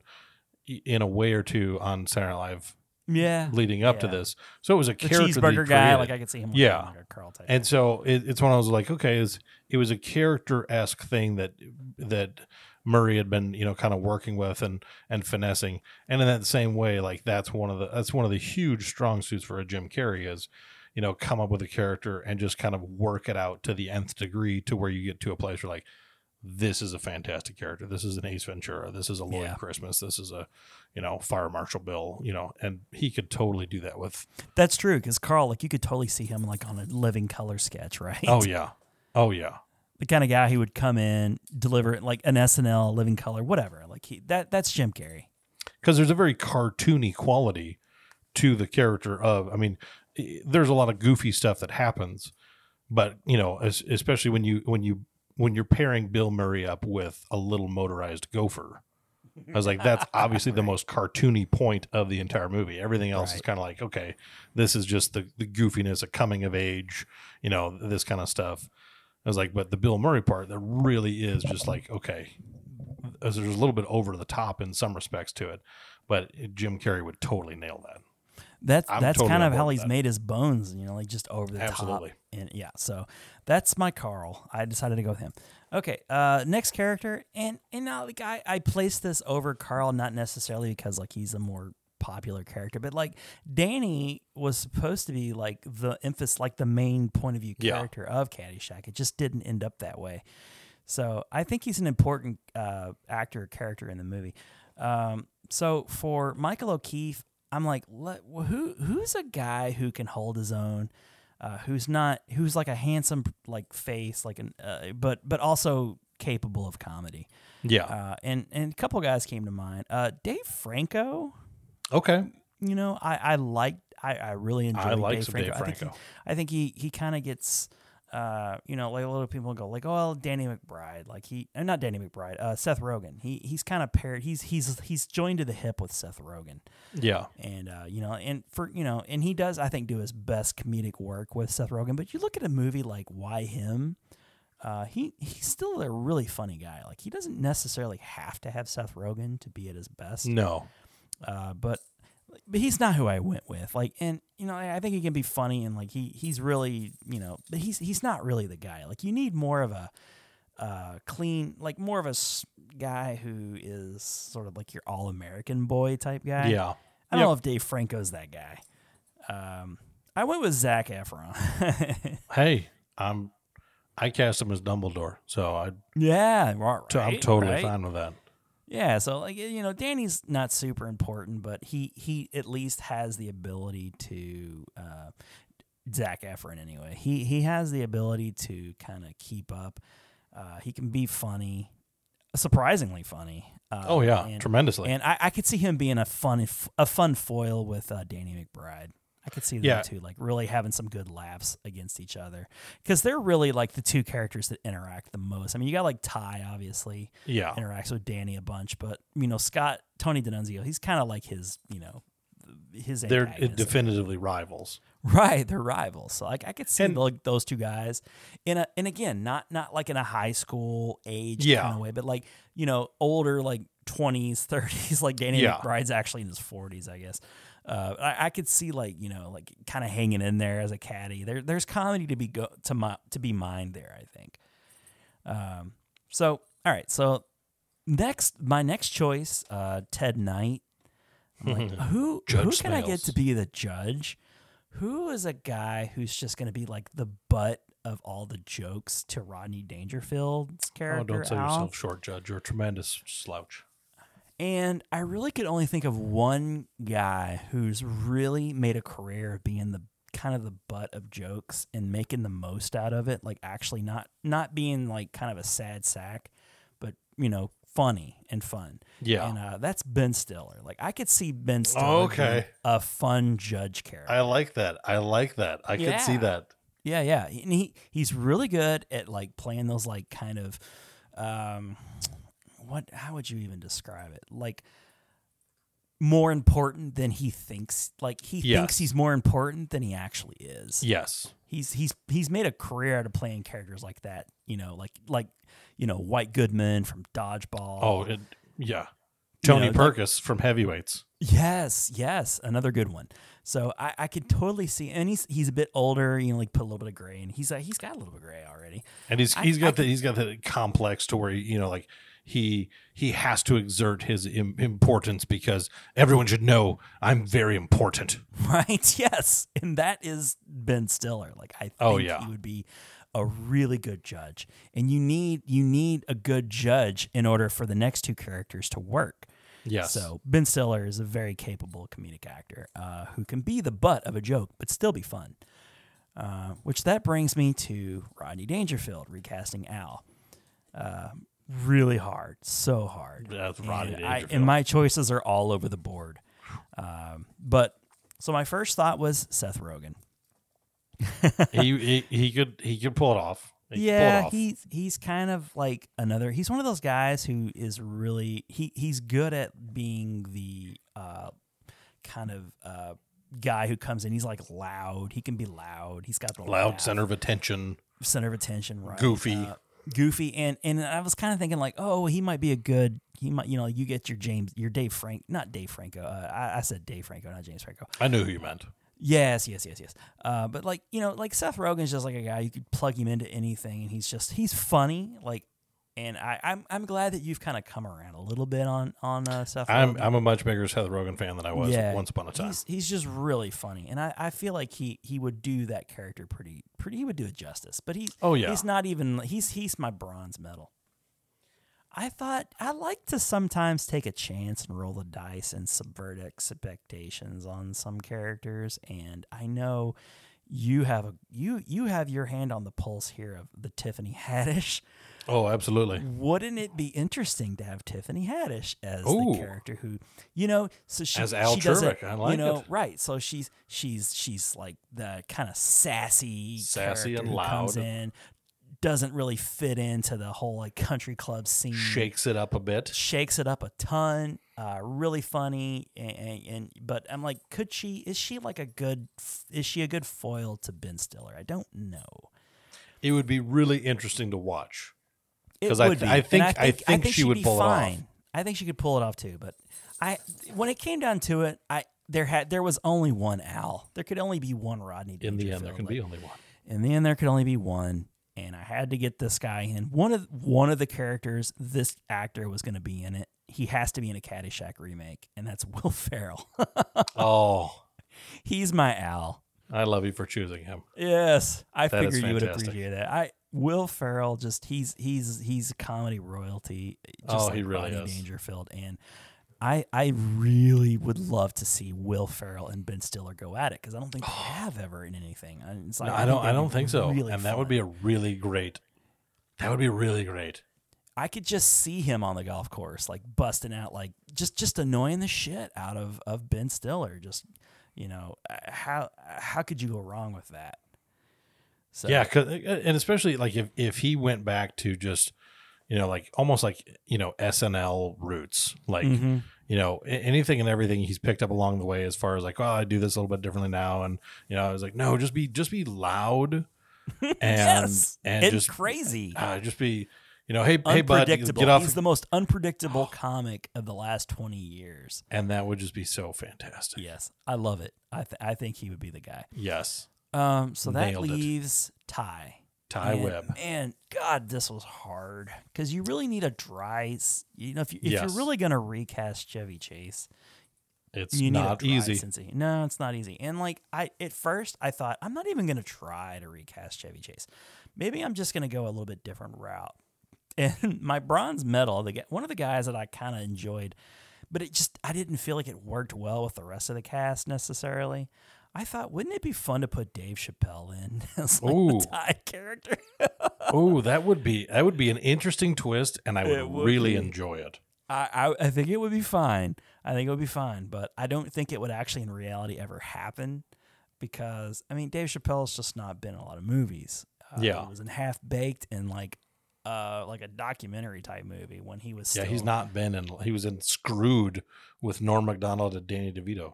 S6: i- in a way or two on Saturday Night Live
S1: yeah,
S6: leading up to
S1: Yeah.
S6: this. So it was a
S1: the
S6: character that he
S1: cheeseburger guy.
S6: created.
S1: Like I could see him. Like,
S6: Yeah.
S1: like a Carl type.
S6: and so it, it's when I was like, okay, is it was a character esque thing that that Murray had been you know kind of working with and and finessing, and in that same way, like that's one of the that's one of the huge strong suits for a Jim Carrey is, you know, come up with a character and just kind of work it out to the nth degree to where you get to a place where like. This is a fantastic character. This is an Ace Ventura. This is a Lloyd
S1: Yeah.
S6: Christmas. This is a, you know, Fire Marshal Bill. You know, and he could totally do that with.
S1: That's true because Carl, like you could totally see him like on a living color sketch, <laughs> right?
S6: Oh yeah, oh yeah.
S1: the kind of guy who would come in, deliver it like an SNL, Living Color, whatever. Like he that that's Jim Carrey.
S6: because there's a very cartoony quality to the character of i mean i- there's a lot of goofy stuff that happens but you know es- especially when you when you when you're pairing bill murray up with a little motorized gopher i was like that's obviously the most cartoony point of the entire movie everything else is
S1: Right.
S6: kind of like okay this is just the, the goofiness of coming of age you know this kind of stuff i was like but the bill murray part that really is just like okay as there's a little bit over the top in some respects to it, but Jim Carrey would totally nail that.
S1: That's
S6: I'm
S1: that's
S6: totally
S1: kind
S6: on
S1: of
S6: board
S1: how
S6: with
S1: he's
S6: that.
S1: made his bones, you know, like just over the
S6: Absolutely.
S1: top. And yeah, so that's my Carl. I decided to go with him. Okay, uh, next character, and and now like I I placed this over Carl, not necessarily because like he's a more popular character, but like Danny was supposed to be like the emphasis, like the main point of view
S6: Yeah.
S1: character of Caddyshack. It just didn't end up that way. So I think he's an important uh, actor or character in the movie. Um, so for Michael O'Keefe, I'm like, let, wh- who who's a guy who can hold his own, uh, who's not who's like a handsome like face, like an uh, but but also capable of comedy.
S6: Yeah.
S1: Uh, and and a couple guys came to mind. Uh, Dave Franco,
S6: okay.
S1: you know, I I liked I, I really enjoyed
S6: I like
S1: Dave
S6: some Dave
S1: Franco. I think he-
S6: Franco.
S1: I think he he kind of gets uh you know like a lot of people go like oh well, Danny McBride like he uh, not Danny McBride uh Seth Rogen he he's kind of paired he's he's he's joined to the hip with Seth Rogen
S6: Yeah.
S1: and uh you know and for you know and he does I think do his best comedic work with Seth Rogen but you look at a movie like Why Him uh he he's still a really funny guy like he doesn't necessarily have to have Seth Rogen to be at his best
S6: No.
S1: uh, but but he's not who I went with. Like, and you know, I I think he can be funny and like he he's really you know, but he's he's not really the guy. Like, you need more of a uh, clean, like more of a s- guy who is sort of like your all American boy type guy.
S6: Yeah.
S1: I don't
S6: Yep.
S1: know if Dave Franco's that guy. Um, I went with Zach Efron. <laughs>
S6: Hey, I'm. I cast him as Dumbledore, so I
S1: yeah, right,
S6: so I'm totally
S1: right?
S6: fine with that.
S1: Yeah, so like you know, Danny's not super important, but he he at least has the ability to uh, Zach Efron anyway. He he has the ability to kind of keep up. Uh, he can be funny, surprisingly funny. Uh,
S6: Oh yeah,
S1: and,
S6: tremendously.
S1: and I, I could see him being a fun a fun foil with uh, Danny McBride. I could see them
S6: Yeah.
S1: too, like really having some good laughs against each other because they're really like the two characters that interact the most. I mean, you got like Ty, obviously,
S6: Yeah.
S1: interacts with Danny a bunch, but you know Scott, Tony D'Annunzio, he's kind of like his, you know, his
S6: They're uh,
S1: antagonist.
S6: definitively rivals.
S1: <laughs> Right, they're rivals. So like I could see
S6: And-
S1: like those two guys in a and again not not like in a high school age
S6: Yeah.
S1: kind of way, but like you know older like twenties, <laughs> thirties. Like Danny
S6: Yeah.
S1: McBride's actually in his forties, I guess. Uh, I, I could see like you know like kind of hanging in there as a caddy. There there's comedy to be go to my, to be mined there. I think. Um. So all right. So next, my next choice, uh, Ted Knight. I'm
S6: <laughs>
S1: like, who who
S6: Judge
S1: can I get
S6: Smales.
S1: to be the judge? Who is a guy who's just going to be like the butt of all the jokes to Rodney Dangerfield's
S6: Oh,
S1: character?
S6: don't sell
S1: Al?
S6: yourself short, Judge. You're a tremendous slouch.
S1: And I really could only think of one guy who's really made a career of being the kind of the butt of jokes and making the most out of it, like actually not not being like kind of a sad sack, but you know, funny and fun.
S6: Yeah.
S1: And uh, that's Ben Stiller. Like I could see Ben Stiller being
S6: okay.
S1: a fun judge character.
S6: I like that. I like that. I could see
S1: uh, Yeah.
S6: that.
S1: Yeah, yeah. And he he's really good at like playing those like kind of um what how would you even describe it? Like more important than he thinks. Like he
S6: Yes.
S1: thinks he's more important than he actually is.
S6: Yes.
S1: He's he's he's made a career out of playing characters like that, you know, like like you know, White Goodman from Dodgeball.
S6: Oh, it, yeah. Tony
S1: know, like-
S6: Perkis from Heavyweights.
S1: Yes, yes, another good one. So I, I could totally see, and he's he's a bit older, you know, like put a little bit of gray, and he's uh, he's got a little bit of gray already.
S6: and he's
S1: I-
S6: he's
S1: I
S6: got the he's got the complex to where you know like he he has to exert his Im- importance because everyone should know I'm very important.
S1: <laughs> Right. Yes, and that is Ben Stiller. Like I think
S6: Oh, yeah.
S1: he would be a really good judge, and you need you need a good judge in order for the next two characters to work.
S6: Yes.
S1: So Ben Stiller is a very capable comedic actor uh, who can be the butt of a joke but still be fun. Uh, which that brings me to Rodney Dangerfield recasting Al. Uh, really hard, so hard.
S6: That's Rodney
S1: and, I-
S6: Dangerfield.
S1: and my choices are all over the board. Um, but so my first thought was Seth Rogen.
S6: <laughs> he, he he could he could pull it off. He could pull it
S1: yeah,
S6: off.
S1: he's he's kind of like another. He's one of those guys who is really he he's good at being the uh, kind of uh, guy who comes in. He's like loud. He can be loud. He's got the
S6: loud
S1: laugh,
S6: center of attention.
S1: center of attention. Right.
S6: Goofy.
S1: Uh, goofy and and I was kind of thinking like, oh, he might be a good. He might you know you get your James your Dave Frank not Dave Franco. Uh, I, I said Dave Franco, not James Franco.
S6: I knew who you meant.
S1: Yes, yes, yes, yes. Uh, but like you know, like Seth Rogen's just like a guy you could plug him into anything, and he's just he's funny. Like, and I I'm, I'm glad that you've kind of come around a little bit on on uh, Seth.
S6: I'm
S1: Rogen.
S6: I'm a much bigger Seth Rogen fan than I was once upon a time.
S1: He's, he's just really funny, and I, I feel like he he would do that character pretty pretty. He would do it justice. But he's
S6: Oh, yeah.
S1: he's not even he's he's my bronze medal. I thought I like to sometimes take a chance and roll the dice and subvert expectations on some characters, and I know you have a you you have your hand on the pulse here of the Tiffany Haddish.
S6: Oh, absolutely.
S1: Mm. Wouldn't it be interesting to have Tiffany Haddish as
S6: Ooh.
S1: the character who, you know, so she
S6: As Al
S1: she does it,
S6: Trebek. I like
S1: you know,
S6: it.
S1: right? So she's she's she's like the kind of sassy,
S6: Sassy
S1: character
S6: and
S1: who comes
S6: loud.
S1: in, doesn't really fit into the whole like country club scene.
S6: Shakes it up a bit.
S1: Shakes it up a ton. Uh, really funny, and, and, and but I'm like, could she? Is she like a good? f- Is she a good foil to Ben Stiller? I don't know.
S6: It would be really interesting to watch.
S1: It
S6: 'Cause I
S1: would
S6: th-
S1: be.
S6: I
S1: And
S6: think- I think she
S1: she'd
S6: would
S1: be
S6: pull it off.
S1: I think she could pull it off too. But I, when it came down to it, I there had there was only one Al. There could only be one Rodney.
S6: In the end, there
S1: Dangerfield.
S6: can be only one.
S1: In the end, there could only be one, and I had to get this guy in. One of one of the characters, this actor was going to be in it. He has to be in a Caddyshack remake, and that's <laughs> Will Ferrell.
S6: Oh,
S1: He's my Al.
S6: I love you for choosing him.
S1: Yes, I
S6: That is
S1: figured you would
S6: fantastic.
S1: appreciate that. I Will Ferrell just he's he's he's comedy royalty. Just
S6: Oh, he
S1: like
S6: really
S1: Rodney
S6: is.
S1: Dangerfield, and I I really would love to see Will Ferrell and Ben Stiller go at it because I don't think
S6: <gasps>
S1: they have ever in anything. And It's like,
S6: No, I don't. I
S1: that'd
S6: don't
S1: be
S6: think so.
S1: really
S6: and that would
S1: fun.
S6: be a really great. That would be really great.
S1: I could just see him on the golf course, like busting out, like just just annoying the shit out of of Ben Stiller, just You know uh, how how could you go wrong with that? So
S6: Yeah, 'cause- uh, and especially like if if he went back to just you know like almost like you know SNL roots, like
S1: Mhm.
S6: you know a- anything and everything he's picked up along the way as far as like oh I do this a little bit differently now, and you know I was like no just be just
S1: <laughs>
S6: be loud and
S1: yes,
S6: and
S1: it's
S6: just
S1: crazy.
S6: uh, just be you know hey hey bud
S1: unpredictable.
S6: get off
S1: He's the most
S6: <sighs>
S1: unpredictable comic of the last twenty years.
S6: and that would just be so fantastic.
S1: Yes, I love it. I th- I think he would be the guy.
S6: Yes,
S1: Um, so that
S6: Nailed it.
S1: leaves Ty.
S6: Ty
S1: and,
S6: Webb.
S1: And God, this was hard because you really need a dry. s- You know, if, you, if
S6: Yes.
S1: you're really gonna recast Chevy Chase,
S6: It's
S1: you need
S6: not
S1: a dry
S6: easy.
S1: sense of- no, it's not easy. And like I, at first, I thought I'm not even gonna try to recast Chevy Chase. Maybe I'm just gonna go a little bit different route. <laughs> And my bronze medal, the guy, one of the guys that I kind of enjoyed, but it just I didn't feel like it worked well with the rest of the cast necessarily. I thought, wouldn't it be fun to put Dave Chappelle in <laughs> as like
S6: Ooh.
S1: the tie character?
S6: oh, that would be that would be an interesting twist, and I would, really enjoy it.
S1: I, I I think it would be fine. I think it would be fine, but I don't think it would actually in reality ever happen because I mean Dave Chappelle's just not been in a lot of movies. Uh,
S6: Yeah.
S1: he was in Half Baked and like uh like a documentary type movie when he was.
S6: Yeah,
S1: Still,
S6: he's not been in. He was in Screwed with Norm Macdonald and Danny DeVito.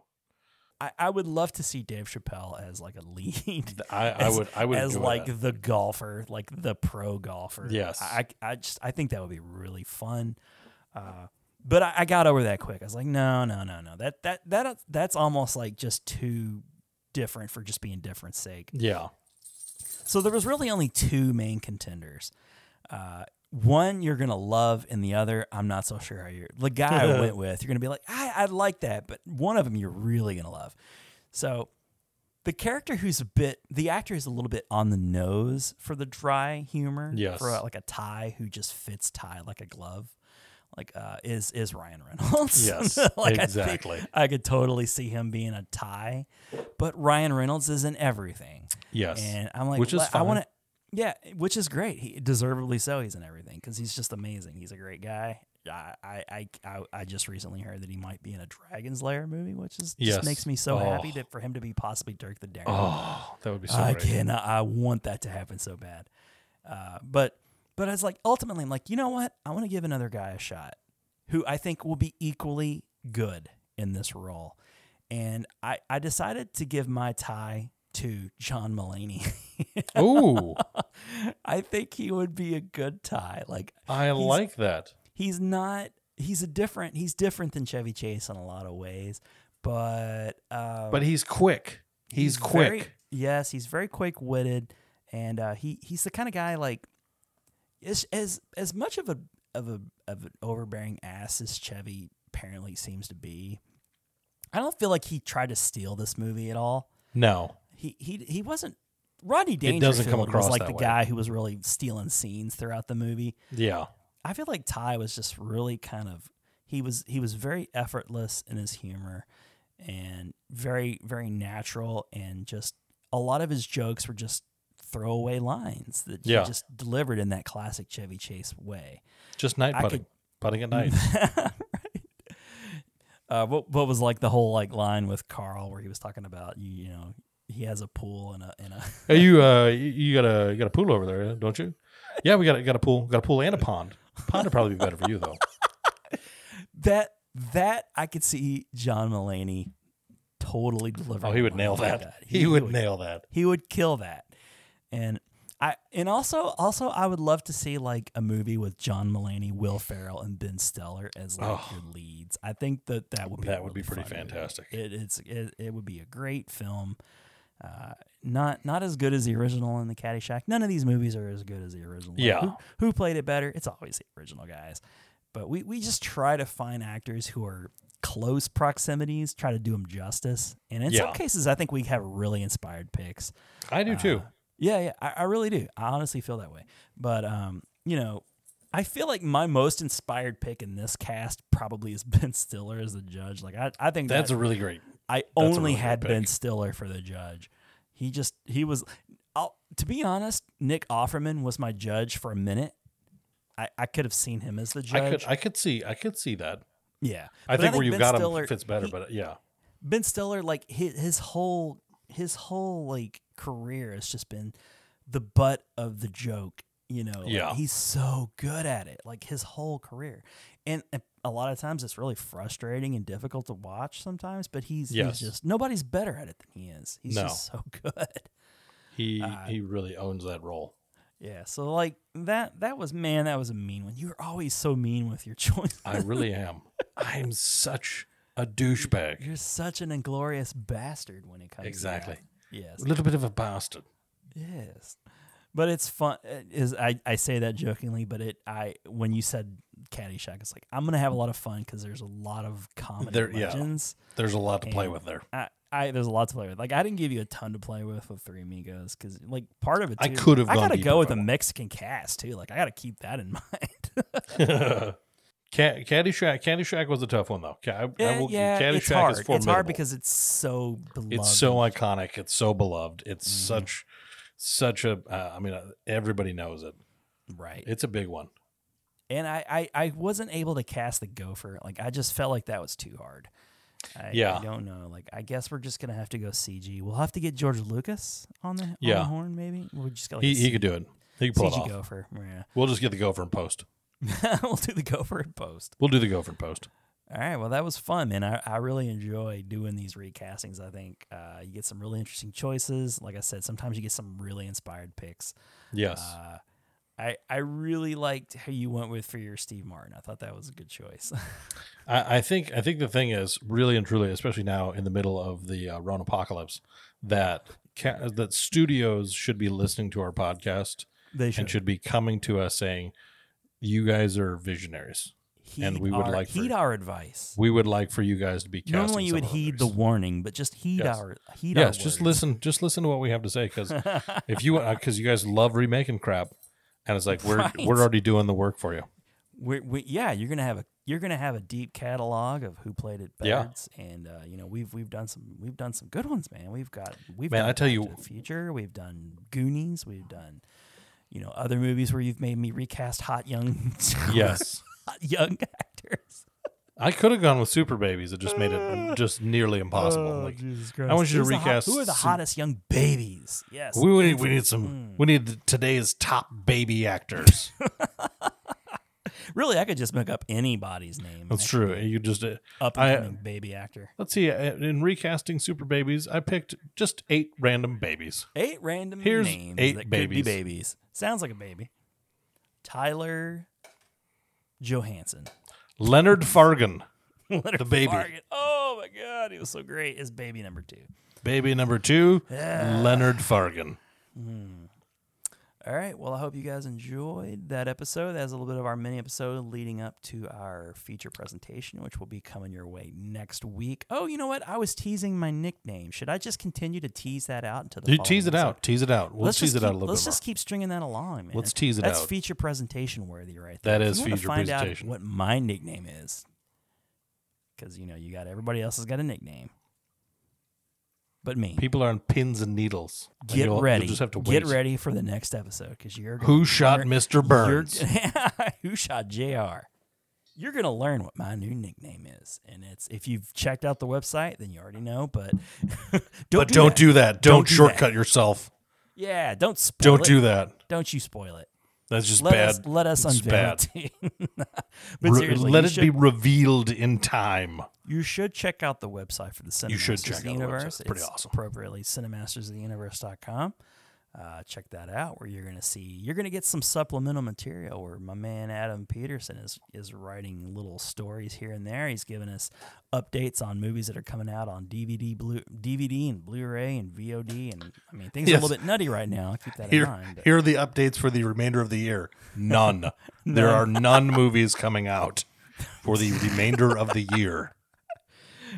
S1: I, I would love to see Dave Chappelle as like a lead.
S6: I, I
S1: as-
S6: would. I would
S1: as
S6: enjoy
S1: like
S6: that.
S1: the golfer, like the pro golfer.
S6: Yes.
S1: I, I I just I think that would be really fun. Uh, but I, I got over that quick. I was like, no, no, no, no. That that that that's almost like just too different for just being different's sake.
S6: Yeah.
S1: So there was really only two main contenders. Uh, one you're gonna love, and the other I'm not so sure how you're. The guy
S6: <laughs>
S1: I went with, you're gonna be like, I, I like that, but one of them you're really gonna love. So the character who's a bit, the actor is a little bit on the nose for the dry humor.
S6: Yes.
S1: for uh, like a tie who just fits tie like a glove. Like uh, is is Ryan Reynolds? <laughs>
S6: Yes,
S1: I think
S6: exactly.
S1: I could totally see him being a tie, but Ryan Reynolds is in everything.
S6: Yes.
S1: And I'm like,
S6: Which is
S1: "Le- I
S6: fine.
S1: want to, yeah, which is great. He deservedly so. He's in everything because he's just amazing. He's a great guy. I, I, I, I- I just recently heard that he might be in a Dragon's Lair movie, which is
S6: Yes.
S1: just makes me so happy
S6: Oh.
S1: that for him to be possibly Dirk the Daredevil.
S6: oh, that would be so.
S1: I
S6: great.
S1: can. I want that to happen so bad. Uh, but but I was like, ultimately, I'm like, you know what? I want to give another guy a shot who I think will be equally good in this role. And I, I decided to give my tie to John Mulaney. <laughs>
S6: Ooh,
S1: I think he would be a good tie. Like
S6: I
S1: He's-
S6: like that.
S1: he's not he's a different he's different than Chevy Chase in a lot of ways, but um,
S6: But he's quick. He's, quick.
S1: very- yes, he's very quick witted, and uh, he he's the kind of guy like as as as much of a of a of an overbearing ass as Chevy apparently seems to be. I don't feel like he tried to steal this movie at all.
S6: no.
S1: He he he wasn't. Rodney
S6: come
S1: Dangerfield
S6: across
S1: was like
S6: that
S1: the
S6: way.
S1: guy who was really stealing scenes throughout the movie.
S6: Yeah.
S1: I feel like Ty was just really kind of he was he was very effortless in his humor and very very natural and just a lot of his jokes were just throwaway lines that
S6: Yeah.
S1: he just delivered in that classic Chevy Chase way. <laughs>
S6: Just night
S1: I
S6: putting.
S1: could-
S6: Putting
S1: <laughs>
S6: at night.
S1: Uh, what what was like the whole like line with Carl where he was talking about you you know he has a pool and a and a <laughs>
S6: hey, you. Uh, you- you got a you got a pool over there, don't you? Yeah, we got a, got a pool. Got a pool and a pond. Pond would probably be better for you
S1: <laughs>
S6: though.
S1: that that I could see John Mulaney totally delivering.
S6: Oh, he would
S1: a line
S6: nail
S1: like
S6: that. He would nail that.
S1: He would kill that. And I and also also I would love to see like a movie with John Mulaney, Will Ferrell, and Ben Stiller as like
S6: Oh.
S1: your leads. I think that that would be
S6: That
S1: a
S6: would be
S1: really
S6: pretty
S1: fun movie.
S6: fantastic.
S1: It, it's it, it would be a great film. Uh, not not as good as the original in the Caddyshack. None of these movies are as good as the original. Like,
S6: Yeah.
S1: who, who played it better? It's always the original guys. But we we just try to find actors who are close proximities, try to do them justice. And in
S6: Yeah.
S1: some cases, I think we have really inspired picks.
S6: I do too.
S1: Yeah, yeah, I, I really do. I honestly feel that way. But um, you know, I feel like my most inspired pick in this cast probably <laughs> is Ben Stiller as the judge. Like I, I think
S6: That's
S1: that-
S6: a really great.
S1: I
S6: a
S1: only
S6: really good
S1: had
S6: pick.
S1: Ben Stiller for the judge. He just he was. I'll, to be honest, Nick Offerman was my judge for a minute. I, I could have seen him as the judge.
S6: I could I could see I could see that.
S1: yeah,
S6: I
S1: But
S6: think where
S1: Ben
S6: you've got
S1: Stiller-
S6: him fits better,
S1: he-
S6: but yeah,
S1: Ben Stiller, like his his whole his whole like career has just been the butt of the joke. You know, Like,
S6: Yeah.
S1: he's so good at it. Like his whole career, and a- a lot of times it's really frustrating and difficult to watch sometimes. But he's,
S6: Yes.
S1: he's just nobody's better at it than he is. He's
S6: No.
S1: just so <laughs> good. Uh,
S6: He he really owns that role.
S1: Yeah. So like that that was man, that was a mean one. You're always so mean with your <laughs> choice.
S6: I really am. I'm such a douchebag.
S1: You're such an inglorious bastard when it comes. to
S6: Exactly.
S1: that. Yes.
S6: A little bit of a bastard.
S1: Yes. But it's fun. it Is I, I say that jokingly, but it I when you said Caddyshack, it's like I'm gonna have a lot of fun because there's a lot of comedy
S6: There- yeah.
S1: legends.
S6: There's a lot to play
S1: And
S6: with there. <laughs>
S1: I, I there's a lot to play with. Like I didn't give you a ton to play with with Three Amigos because like part of it
S6: I
S1: too,
S6: could have
S1: I
S6: gone
S1: gotta
S6: deeper
S1: go with
S6: if I
S1: a
S6: wanted.
S1: Mexican cast too. Like I gotta keep that in <laughs> mind.
S6: Cat, Caddyshack, Caddyshack was a tough one though. Ca- I- I
S1: Yeah,
S6: will-
S1: yeah,
S6: Caddyshack
S1: it's hard.
S6: is
S1: it's hard
S6: formidable.
S1: because it's so beloved.
S6: it's so iconic. It's so beloved. It's
S1: Mm-hmm.
S6: such, such a. Uh, I mean, uh, everybody knows it.
S1: right.
S6: It's a big one.
S1: and I, I, I wasn't able to cast the gopher. Like I just felt like that was too hard. I,
S6: Yeah.
S1: I don't know. Like I guess we're just gonna have to go CG. We'll have to get George Lucas on the, on
S6: Yeah.
S1: the horn, maybe. We just got like
S6: He,
S1: a
S6: he
S1: C-
S6: could do it. He could pull it
S1: CG
S6: off.
S1: gopher. Yeah, <laughs>
S6: We'll just get the gopher in post.
S1: we'll do the gopher in post.
S6: We'll do the gopher in post.
S1: All right. Well, that was fun, man. I, I really enjoy doing these recastings. I think uh, you get some really interesting choices. Like I said, sometimes you get some really inspired picks.
S6: Yes.
S1: Uh, I I really liked how you went with for your Steve Martin. I thought that was a good choice. <laughs>
S6: I, I think I think the thing is really and truly, especially now in the middle of the uh, Ron apocalypse, that ca- that studios should be listening to our podcast
S1: they
S6: and should be coming to us saying, "You guys are visionaries. and
S1: Heed
S6: we would
S1: our-
S6: like for-
S1: heed our advice.
S6: We would like for you guys to be casting."
S1: Normally, you
S6: some
S1: would
S6: of our
S1: heed the
S6: visionaries."
S1: warning, but just heed
S6: Yes.
S1: our heed our
S6: Yes, just
S1: words.
S6: listen. Just listen to what we have to
S1: <laughs>
S6: say, because if you because you guys love remaking crap, and it's like we're
S1: Right.
S6: we're already doing the work for you.
S1: we we, yeah, you're gonna have a you're gonna have a deep catalog of who played it
S6: Yeah.
S1: best, and uh, you know we've we've done some we've done some good ones, man. We've got we've
S6: Man,
S1: done
S6: I tell you-
S1: Back to the future. We've done Goonies. We've done you know other movies where you've made me recast hot young <laughs>
S6: Yes,
S1: hot young actors.
S6: I could have gone with Super Babies. It just made it just nearly impossible. like, I want you to
S1: Who's the hot-
S6: recast.
S1: who are the
S6: some-
S1: hottest Hmm. young babies? Yes,
S6: We we need, we need some. We need the, today's top
S1: <laughs>
S6: baby actors.
S1: Really, I could just make up anybody's name.
S6: That's true. You just uh,
S1: Up
S6: I-
S1: and coming baby actor.
S6: let's see. uh, In recasting Super Babies, I picked just eight random babies.
S1: Eight random
S6: Here's
S1: names
S6: eight
S1: that could be
S6: babies.
S1: babies. Sounds like a baby. Tyler Johansson.
S6: Leonard Fargan,
S1: <laughs> Leonard
S6: The baby.
S1: Fargan. Oh my god, he was so great. Is baby number two.
S6: baby number two, Leonard Fargan.
S1: All right. Well, I hope you guys enjoyed that episode. That was a little bit of our mini episode leading up to our feature presentation, which will be coming your way next week. Oh, you know what? I was teasing my nickname. Should I just continue to tease that out until the
S6: You
S1: following
S6: tease it
S1: episode?
S6: out. Tease it out. We'll
S1: let's
S6: tease
S1: just
S6: it out a
S1: keep-
S6: little
S1: Let's
S6: bit. more.
S1: just keep stringing that along, man.
S6: Let's tease it
S1: That's
S6: out.
S1: feature presentation worthy, right there.
S6: That
S1: If
S6: is
S1: you wanna
S6: feature
S1: find
S6: presentation.
S1: Out what my nickname is, because you know you got everybody else has got a nickname, but me.
S6: People are on pins and needles. And
S1: get
S6: you'll- you'll
S1: ready.
S6: just have to wait.
S1: Get ready for the next episode because you're gonna
S6: Who shot
S1: learn-
S6: Mr.
S1: <laughs>
S6: Burns?
S1: you're- who shot Jr. You're gonna learn what my new nickname is, and it's if you've checked out the website, then you already know. But <laughs> don't
S6: But do not do that. Don't,
S1: Don't do
S6: shortcut
S1: that.
S6: yourself.
S1: Yeah, don't spoil
S6: Don't
S1: it.
S6: do that.
S1: Don't you spoil it.
S6: That's just
S1: let
S6: bad.
S1: us let us
S6: It's
S1: unveil
S6: bad.
S1: it <laughs> to you. but
S6: Re-
S1: seriously,
S6: let
S1: you
S6: it
S1: should,
S6: be revealed in time.
S1: You should check out the website for the Cinemasters
S6: You should check
S1: of the
S6: out the
S1: Universe.
S6: website. It's pretty
S1: It's
S6: awesome.
S1: Appropriately, cinemasters.theuniverse.com. Uh, check that out where you're going to see you're going to get some supplemental material where my man Adam Peterson is is writing little stories here and there. He's giving us updates on movies that are coming out on DVD, blue DVD and Blu-ray and VOD, and I mean things are a
S6: Yes.
S1: little bit nutty right now. Keep that in
S6: Here,
S1: mind. but-
S6: here are the updates for the remainder of the year. None. <laughs> There are none movies coming out for the remainder of the year.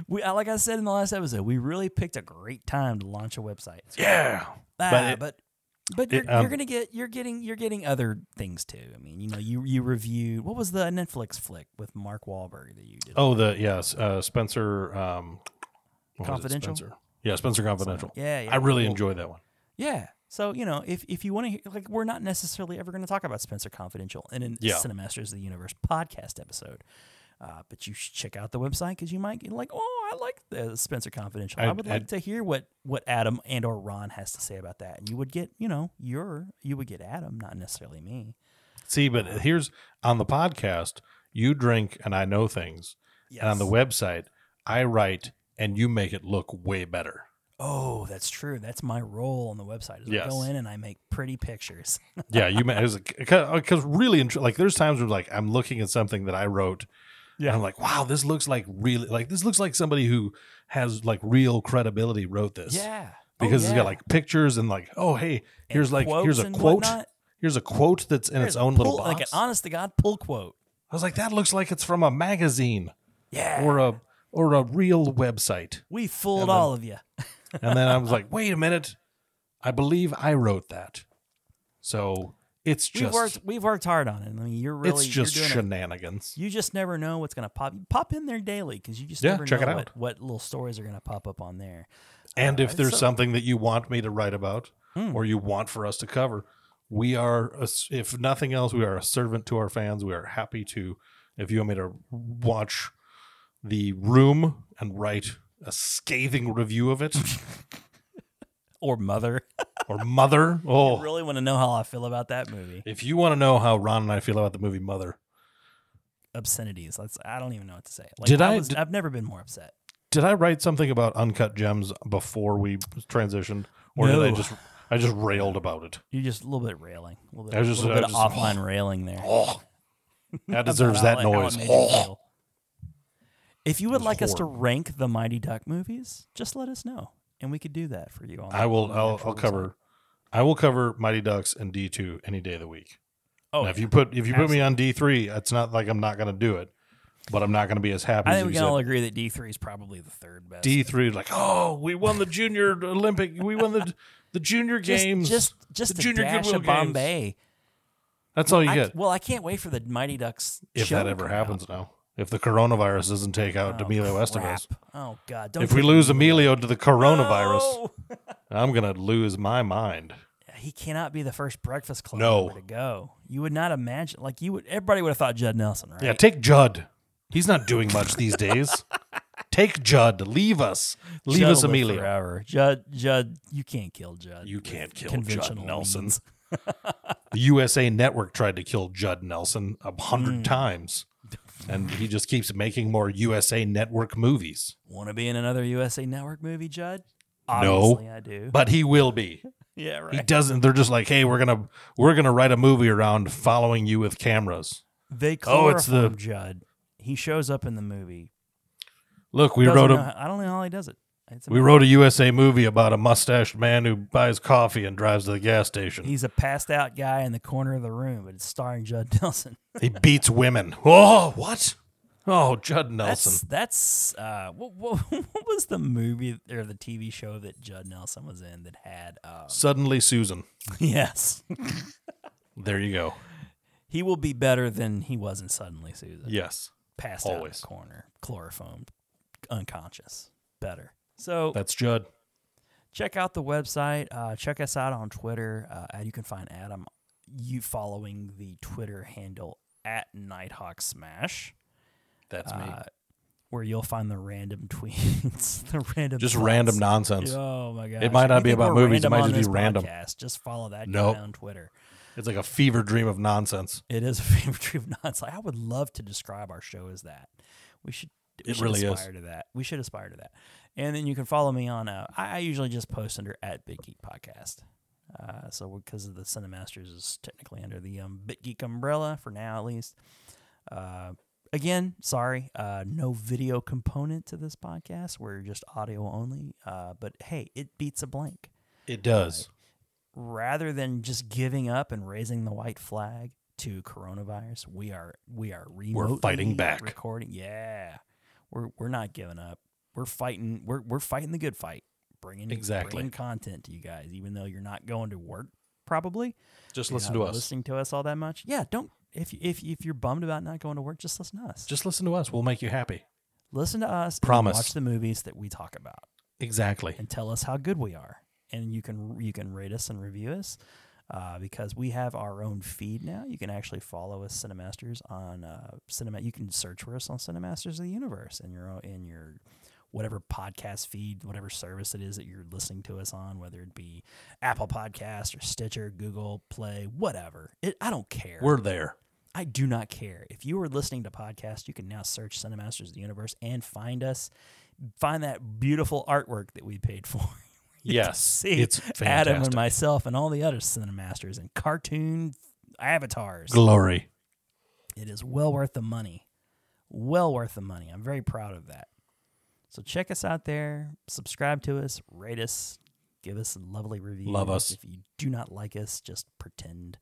S1: We, uh, like I said in the last episode, we really picked a great time to launch a website.
S6: Yeah.
S1: Ah,
S6: but it-
S1: but but
S6: it,
S1: you're,
S6: um,
S1: you're gonna get you're getting you're getting other things too. I mean, you know, you you reviewed what was the Netflix flick with Mark Wahlberg that you did?
S6: <laughs> Oh, the yes, uh, Spencer. Um, what was it,
S1: Confidential?
S6: Spencer? Yeah, Spencer Confidential.
S1: Yeah, yeah.
S6: I really enjoy that one.
S1: yeah. So you know, if if you want to hear, like, we're not necessarily ever going to talk about Spencer Confidential in a
S6: Yeah.
S1: Cinemasters of the Universe podcast episode. Uh, but you should check out the website because you might get like, oh, I like the Spencer Confidential. I,
S6: I'd-
S1: would like
S6: I'd-
S1: to hear what what Adam and or Ron has to say about that. And you would get, you know, your you would get Adam, not necessarily me.
S6: See, but here's on the podcast, you drink and I know things. And on the website, I write and you make it look
S1: <laughs>
S6: way better.
S1: Oh, that's true. That's my role on the website. Is I go
S6: Yes.
S1: in and I make pretty pictures.
S6: Yeah, you because really and tru- like there's times where like I'm looking at something that I wrote. Yeah, I'm like, wow, this looks like really like this looks like somebody who has like real credibility wrote this.
S1: Oh,
S6: because it's
S1: yeah.
S6: got like pictures and like, oh hey,
S1: And
S6: here's like
S1: quotes
S6: here's a
S1: and
S6: quote,
S1: whatnot.
S6: here's a quote that's in
S1: Here's
S6: its
S1: a
S6: own little
S1: pull-
S6: box.
S1: like an honest to god pull quote.
S6: I was like, that looks like it's from a magazine
S1: Yeah,
S6: or a or a real website.
S1: we fooled
S6: and then-
S1: all of you.
S6: And then I was like, wait a minute, I believe I wrote that. So it's
S1: We've
S6: just
S1: worked we've worked hard on it. I mean, you're really
S6: it's just
S1: you're doing a-
S6: shenanigans.
S1: you just never know what's gonna pop. You pop in there daily because you just
S6: Yeah,
S1: never
S6: check
S1: know
S6: it
S1: what,
S6: out.
S1: what little stories are gonna pop up on there.
S6: And if there's
S1: so-
S6: something that you want me to write about
S1: Hmm.
S6: or you want for us to cover, we are, a s if nothing else, we are a servant to our fans. We are happy to, if you want me to watch The Room and write a scathing review
S1: <laughs>
S6: of it
S1: Or mother,
S6: or Mother. Oh,
S1: really want to know how I feel about that movie.
S6: if you want to know how Ron and I feel about the movie Mother,
S1: Obscenities. That's I don't even know what to say. Like,
S6: Did I-
S1: was,
S6: did-
S1: I've never been more upset.
S6: did I write something about Uncut Gems before we transitioned? Or did I
S1: No.
S6: just. I just railed about it.
S1: You're just a little bit railing, a little bit,
S6: I was just-
S1: little
S6: I
S1: bit
S6: was
S1: of
S6: just-
S1: offline railing there.
S6: Oh, that deserves
S1: about
S6: that
S1: how it- how it
S6: noise.
S1: made you
S6: Oh.
S1: feel. If you would
S6: was
S1: like us to
S6: horrible.
S1: rank the Mighty Duck movies, just let us know, and we could do that for you. On
S6: I will.
S1: on the
S6: I'll,
S1: actual
S6: I'll cover. I will cover Mighty Ducks and D two any day of the week.
S1: website. Oh,
S6: Now, if you put if you put me on D three, it's not like I'm not going to do it, but I'm not going to be as happy.
S1: I
S6: as
S1: think we
S6: if you
S1: can all
S6: said
S1: agree that D three is probably the third best.
S6: D three like oh we won the junior Olympic, we won the the junior
S1: Just-
S6: games.
S1: just just
S6: the
S1: a
S6: junior
S1: dash
S6: Goodwill
S1: of
S6: games.
S1: Bombay.
S6: That's all you
S1: I,
S6: get
S1: well, I can't wait for the Mighty Ducks.
S6: if
S1: show
S6: that
S1: to
S6: ever
S1: come
S6: happens.
S1: out.
S6: Now, if the coronavirus doesn't take out
S1: Oh,
S6: Emilio
S1: crap.
S6: Estevez,
S1: Oh God! Don't
S6: if we
S1: take
S6: lose Emilio to the coronavirus,
S1: No!
S6: I'm going to lose my mind.
S1: he cannot be the first Breakfast Club
S6: No.
S1: member to go. You would not imagine. Like you would, everybody would have thought Judd Nelson, right?
S6: Yeah, take Judd. He's not doing much these
S1: <laughs>
S6: days. Take Judd. Leave us. Leave
S1: Judd
S6: us
S1: will live
S6: Amelia.
S1: Forever. Judd, Judd, you can't kill Judd.
S6: You
S1: with
S6: can't kill Judd
S1: conventional <laughs>
S6: Nelson.
S1: means.
S6: The USA Network tried to kill Judd Nelson a hundred
S1: Mm. <laughs>
S6: times, and he just keeps making more USA Network movies.
S1: Want to be in another USA Network movie, Judd? Obviously, I do.
S6: But he will be.
S1: yeah,
S6: He
S1: right.
S6: doesn't. They're just like, hey, we're gonna we're gonna write a movie around following you with cameras.
S1: They chloroform
S6: Oh, it's the-
S1: Judd. He shows up in the movie.
S6: Look, we
S1: Doesn't
S6: wrote
S1: know
S6: a
S1: how- I don't know how he does it. It's
S6: we
S1: amazing.
S6: wrote a USA movie about a mustached man who buys coffee and drives to the gas station.
S1: He's a passed out guy in the corner of the room, but it's starring Judd <laughs> Nelson.
S6: He beats women. Oh, what? Oh, Judd
S1: That's
S6: Nelson.
S1: that's uh, what, what, <laughs> what was the movie or the TV show that Judd Nelson was in that had?
S6: <laughs>
S1: Um,
S6: Suddenly Susan.
S1: yes,
S6: There you go.
S1: he will be better than he was in Suddenly Susan.
S6: Yes.
S1: passed out in
S6: Always.
S1: the corner, chloroformed, unconscious. Better. So
S6: That's Judd.
S1: check out the website. Uh, check us out on Twitter. Uh, and you can find Adam you following the Twitter handle at Nighthawk Smash,
S6: That's me.
S1: uh, where you'll find the random <laughs> tweets, the random
S6: Just
S1: thoughts.
S6: random nonsense.
S1: Oh my god!
S6: might not be about movies, it might just be random.
S1: Just follow that
S6: Nope.
S1: guy on Twitter.
S6: It's like a fever dream of nonsense.
S1: It is a <laughs> favorite tree of nonsense. Like, I would love to describe our show as that. We should. We
S6: It
S1: should
S6: really is.
S1: aspire to that. We should aspire to that. And then you can follow me on. Uh, I, I usually just post under at Big Geek Podcast. Uh, so because of the Cinemasters is technically under the um, BitGeek umbrella for now, at least. Uh, again, sorry, uh, no video component to this podcast. We're just audio only. Uh, but hey, it beats a blank
S6: It does.
S1: rather than just giving up and raising the white flag to coronavirus, we are we are remotely
S6: fighting back.
S1: Recording, yeah, we're we're not giving up. We're fighting. We're we're fighting the good fight. Bringing
S6: Exactly.
S1: bringing content to you guys, even though you're not going to work probably.
S6: Just
S1: You're
S6: listen
S1: not
S6: to us.
S1: Listening to us all that much, yeah. Don't if you- if if you're bummed about not going to work, just listen to us.
S6: Just listen to us. We'll make you happy.
S1: listen to us. and
S6: Promise.
S1: watch the movies that we talk about
S6: Exactly.
S1: and tell us how good we are. And you can you can rate us and review us. uh, because we have our own feed now. You can actually follow us, Cinemasters, on uh, Cinema. You can search for us on Cinemasters of the Universe in your own, in your whatever podcast feed, whatever service it is that you're listening to us on, whether it be Apple Podcast or Stitcher, Google Play, whatever. It, I don't care.
S7: We're there.
S1: I do not care. If you are listening to podcasts, you can now search Cinemasters of the Universe and find us. Find that beautiful artwork that we paid for. <laughs> You can
S7: Yes,
S1: see
S7: it's
S1: Adam and
S7: fantastic.
S1: myself and all the other Cinemasters and cartoon avatars.
S7: Glory.
S1: It is well worth the money. Well worth the money. I'm very proud of that. So check us out there. Subscribe to us. Rate us. Give us a lovely review.
S7: Love us.
S1: If you do not like us, just pretend.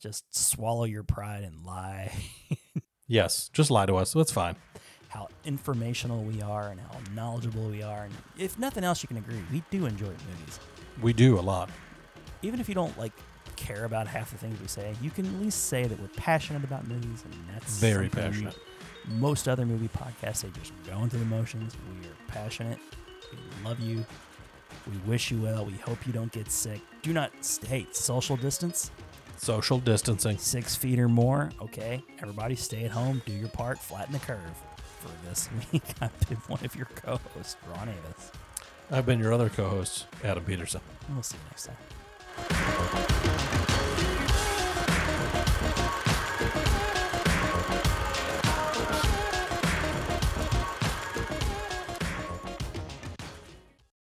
S1: Just swallow your pride and lie. <laughs>
S7: Yes, just lie to us. That's fine.
S1: how informational we are and how knowledgeable we are. And if nothing else, you can agree. We do enjoy movies.
S7: We do a lot.
S1: Even if you don't like care about half the things we say, you can at least say that we're passionate about movies, and that's
S7: Very
S1: something
S7: passionate.
S1: Most other movie podcasts, they just go into the motions. We are passionate. We love you. We wish you well. We hope you don't get sick. Do not stay social distance,
S7: Social distancing.
S1: six feet or more. Okay, everybody, stay at home. Do your part. Flatten the curve. For this <laughs> week, I've been one of your co-hosts, Ron Avis.
S7: I've been your other co host, Adam Peterson.
S1: We'll see you next time.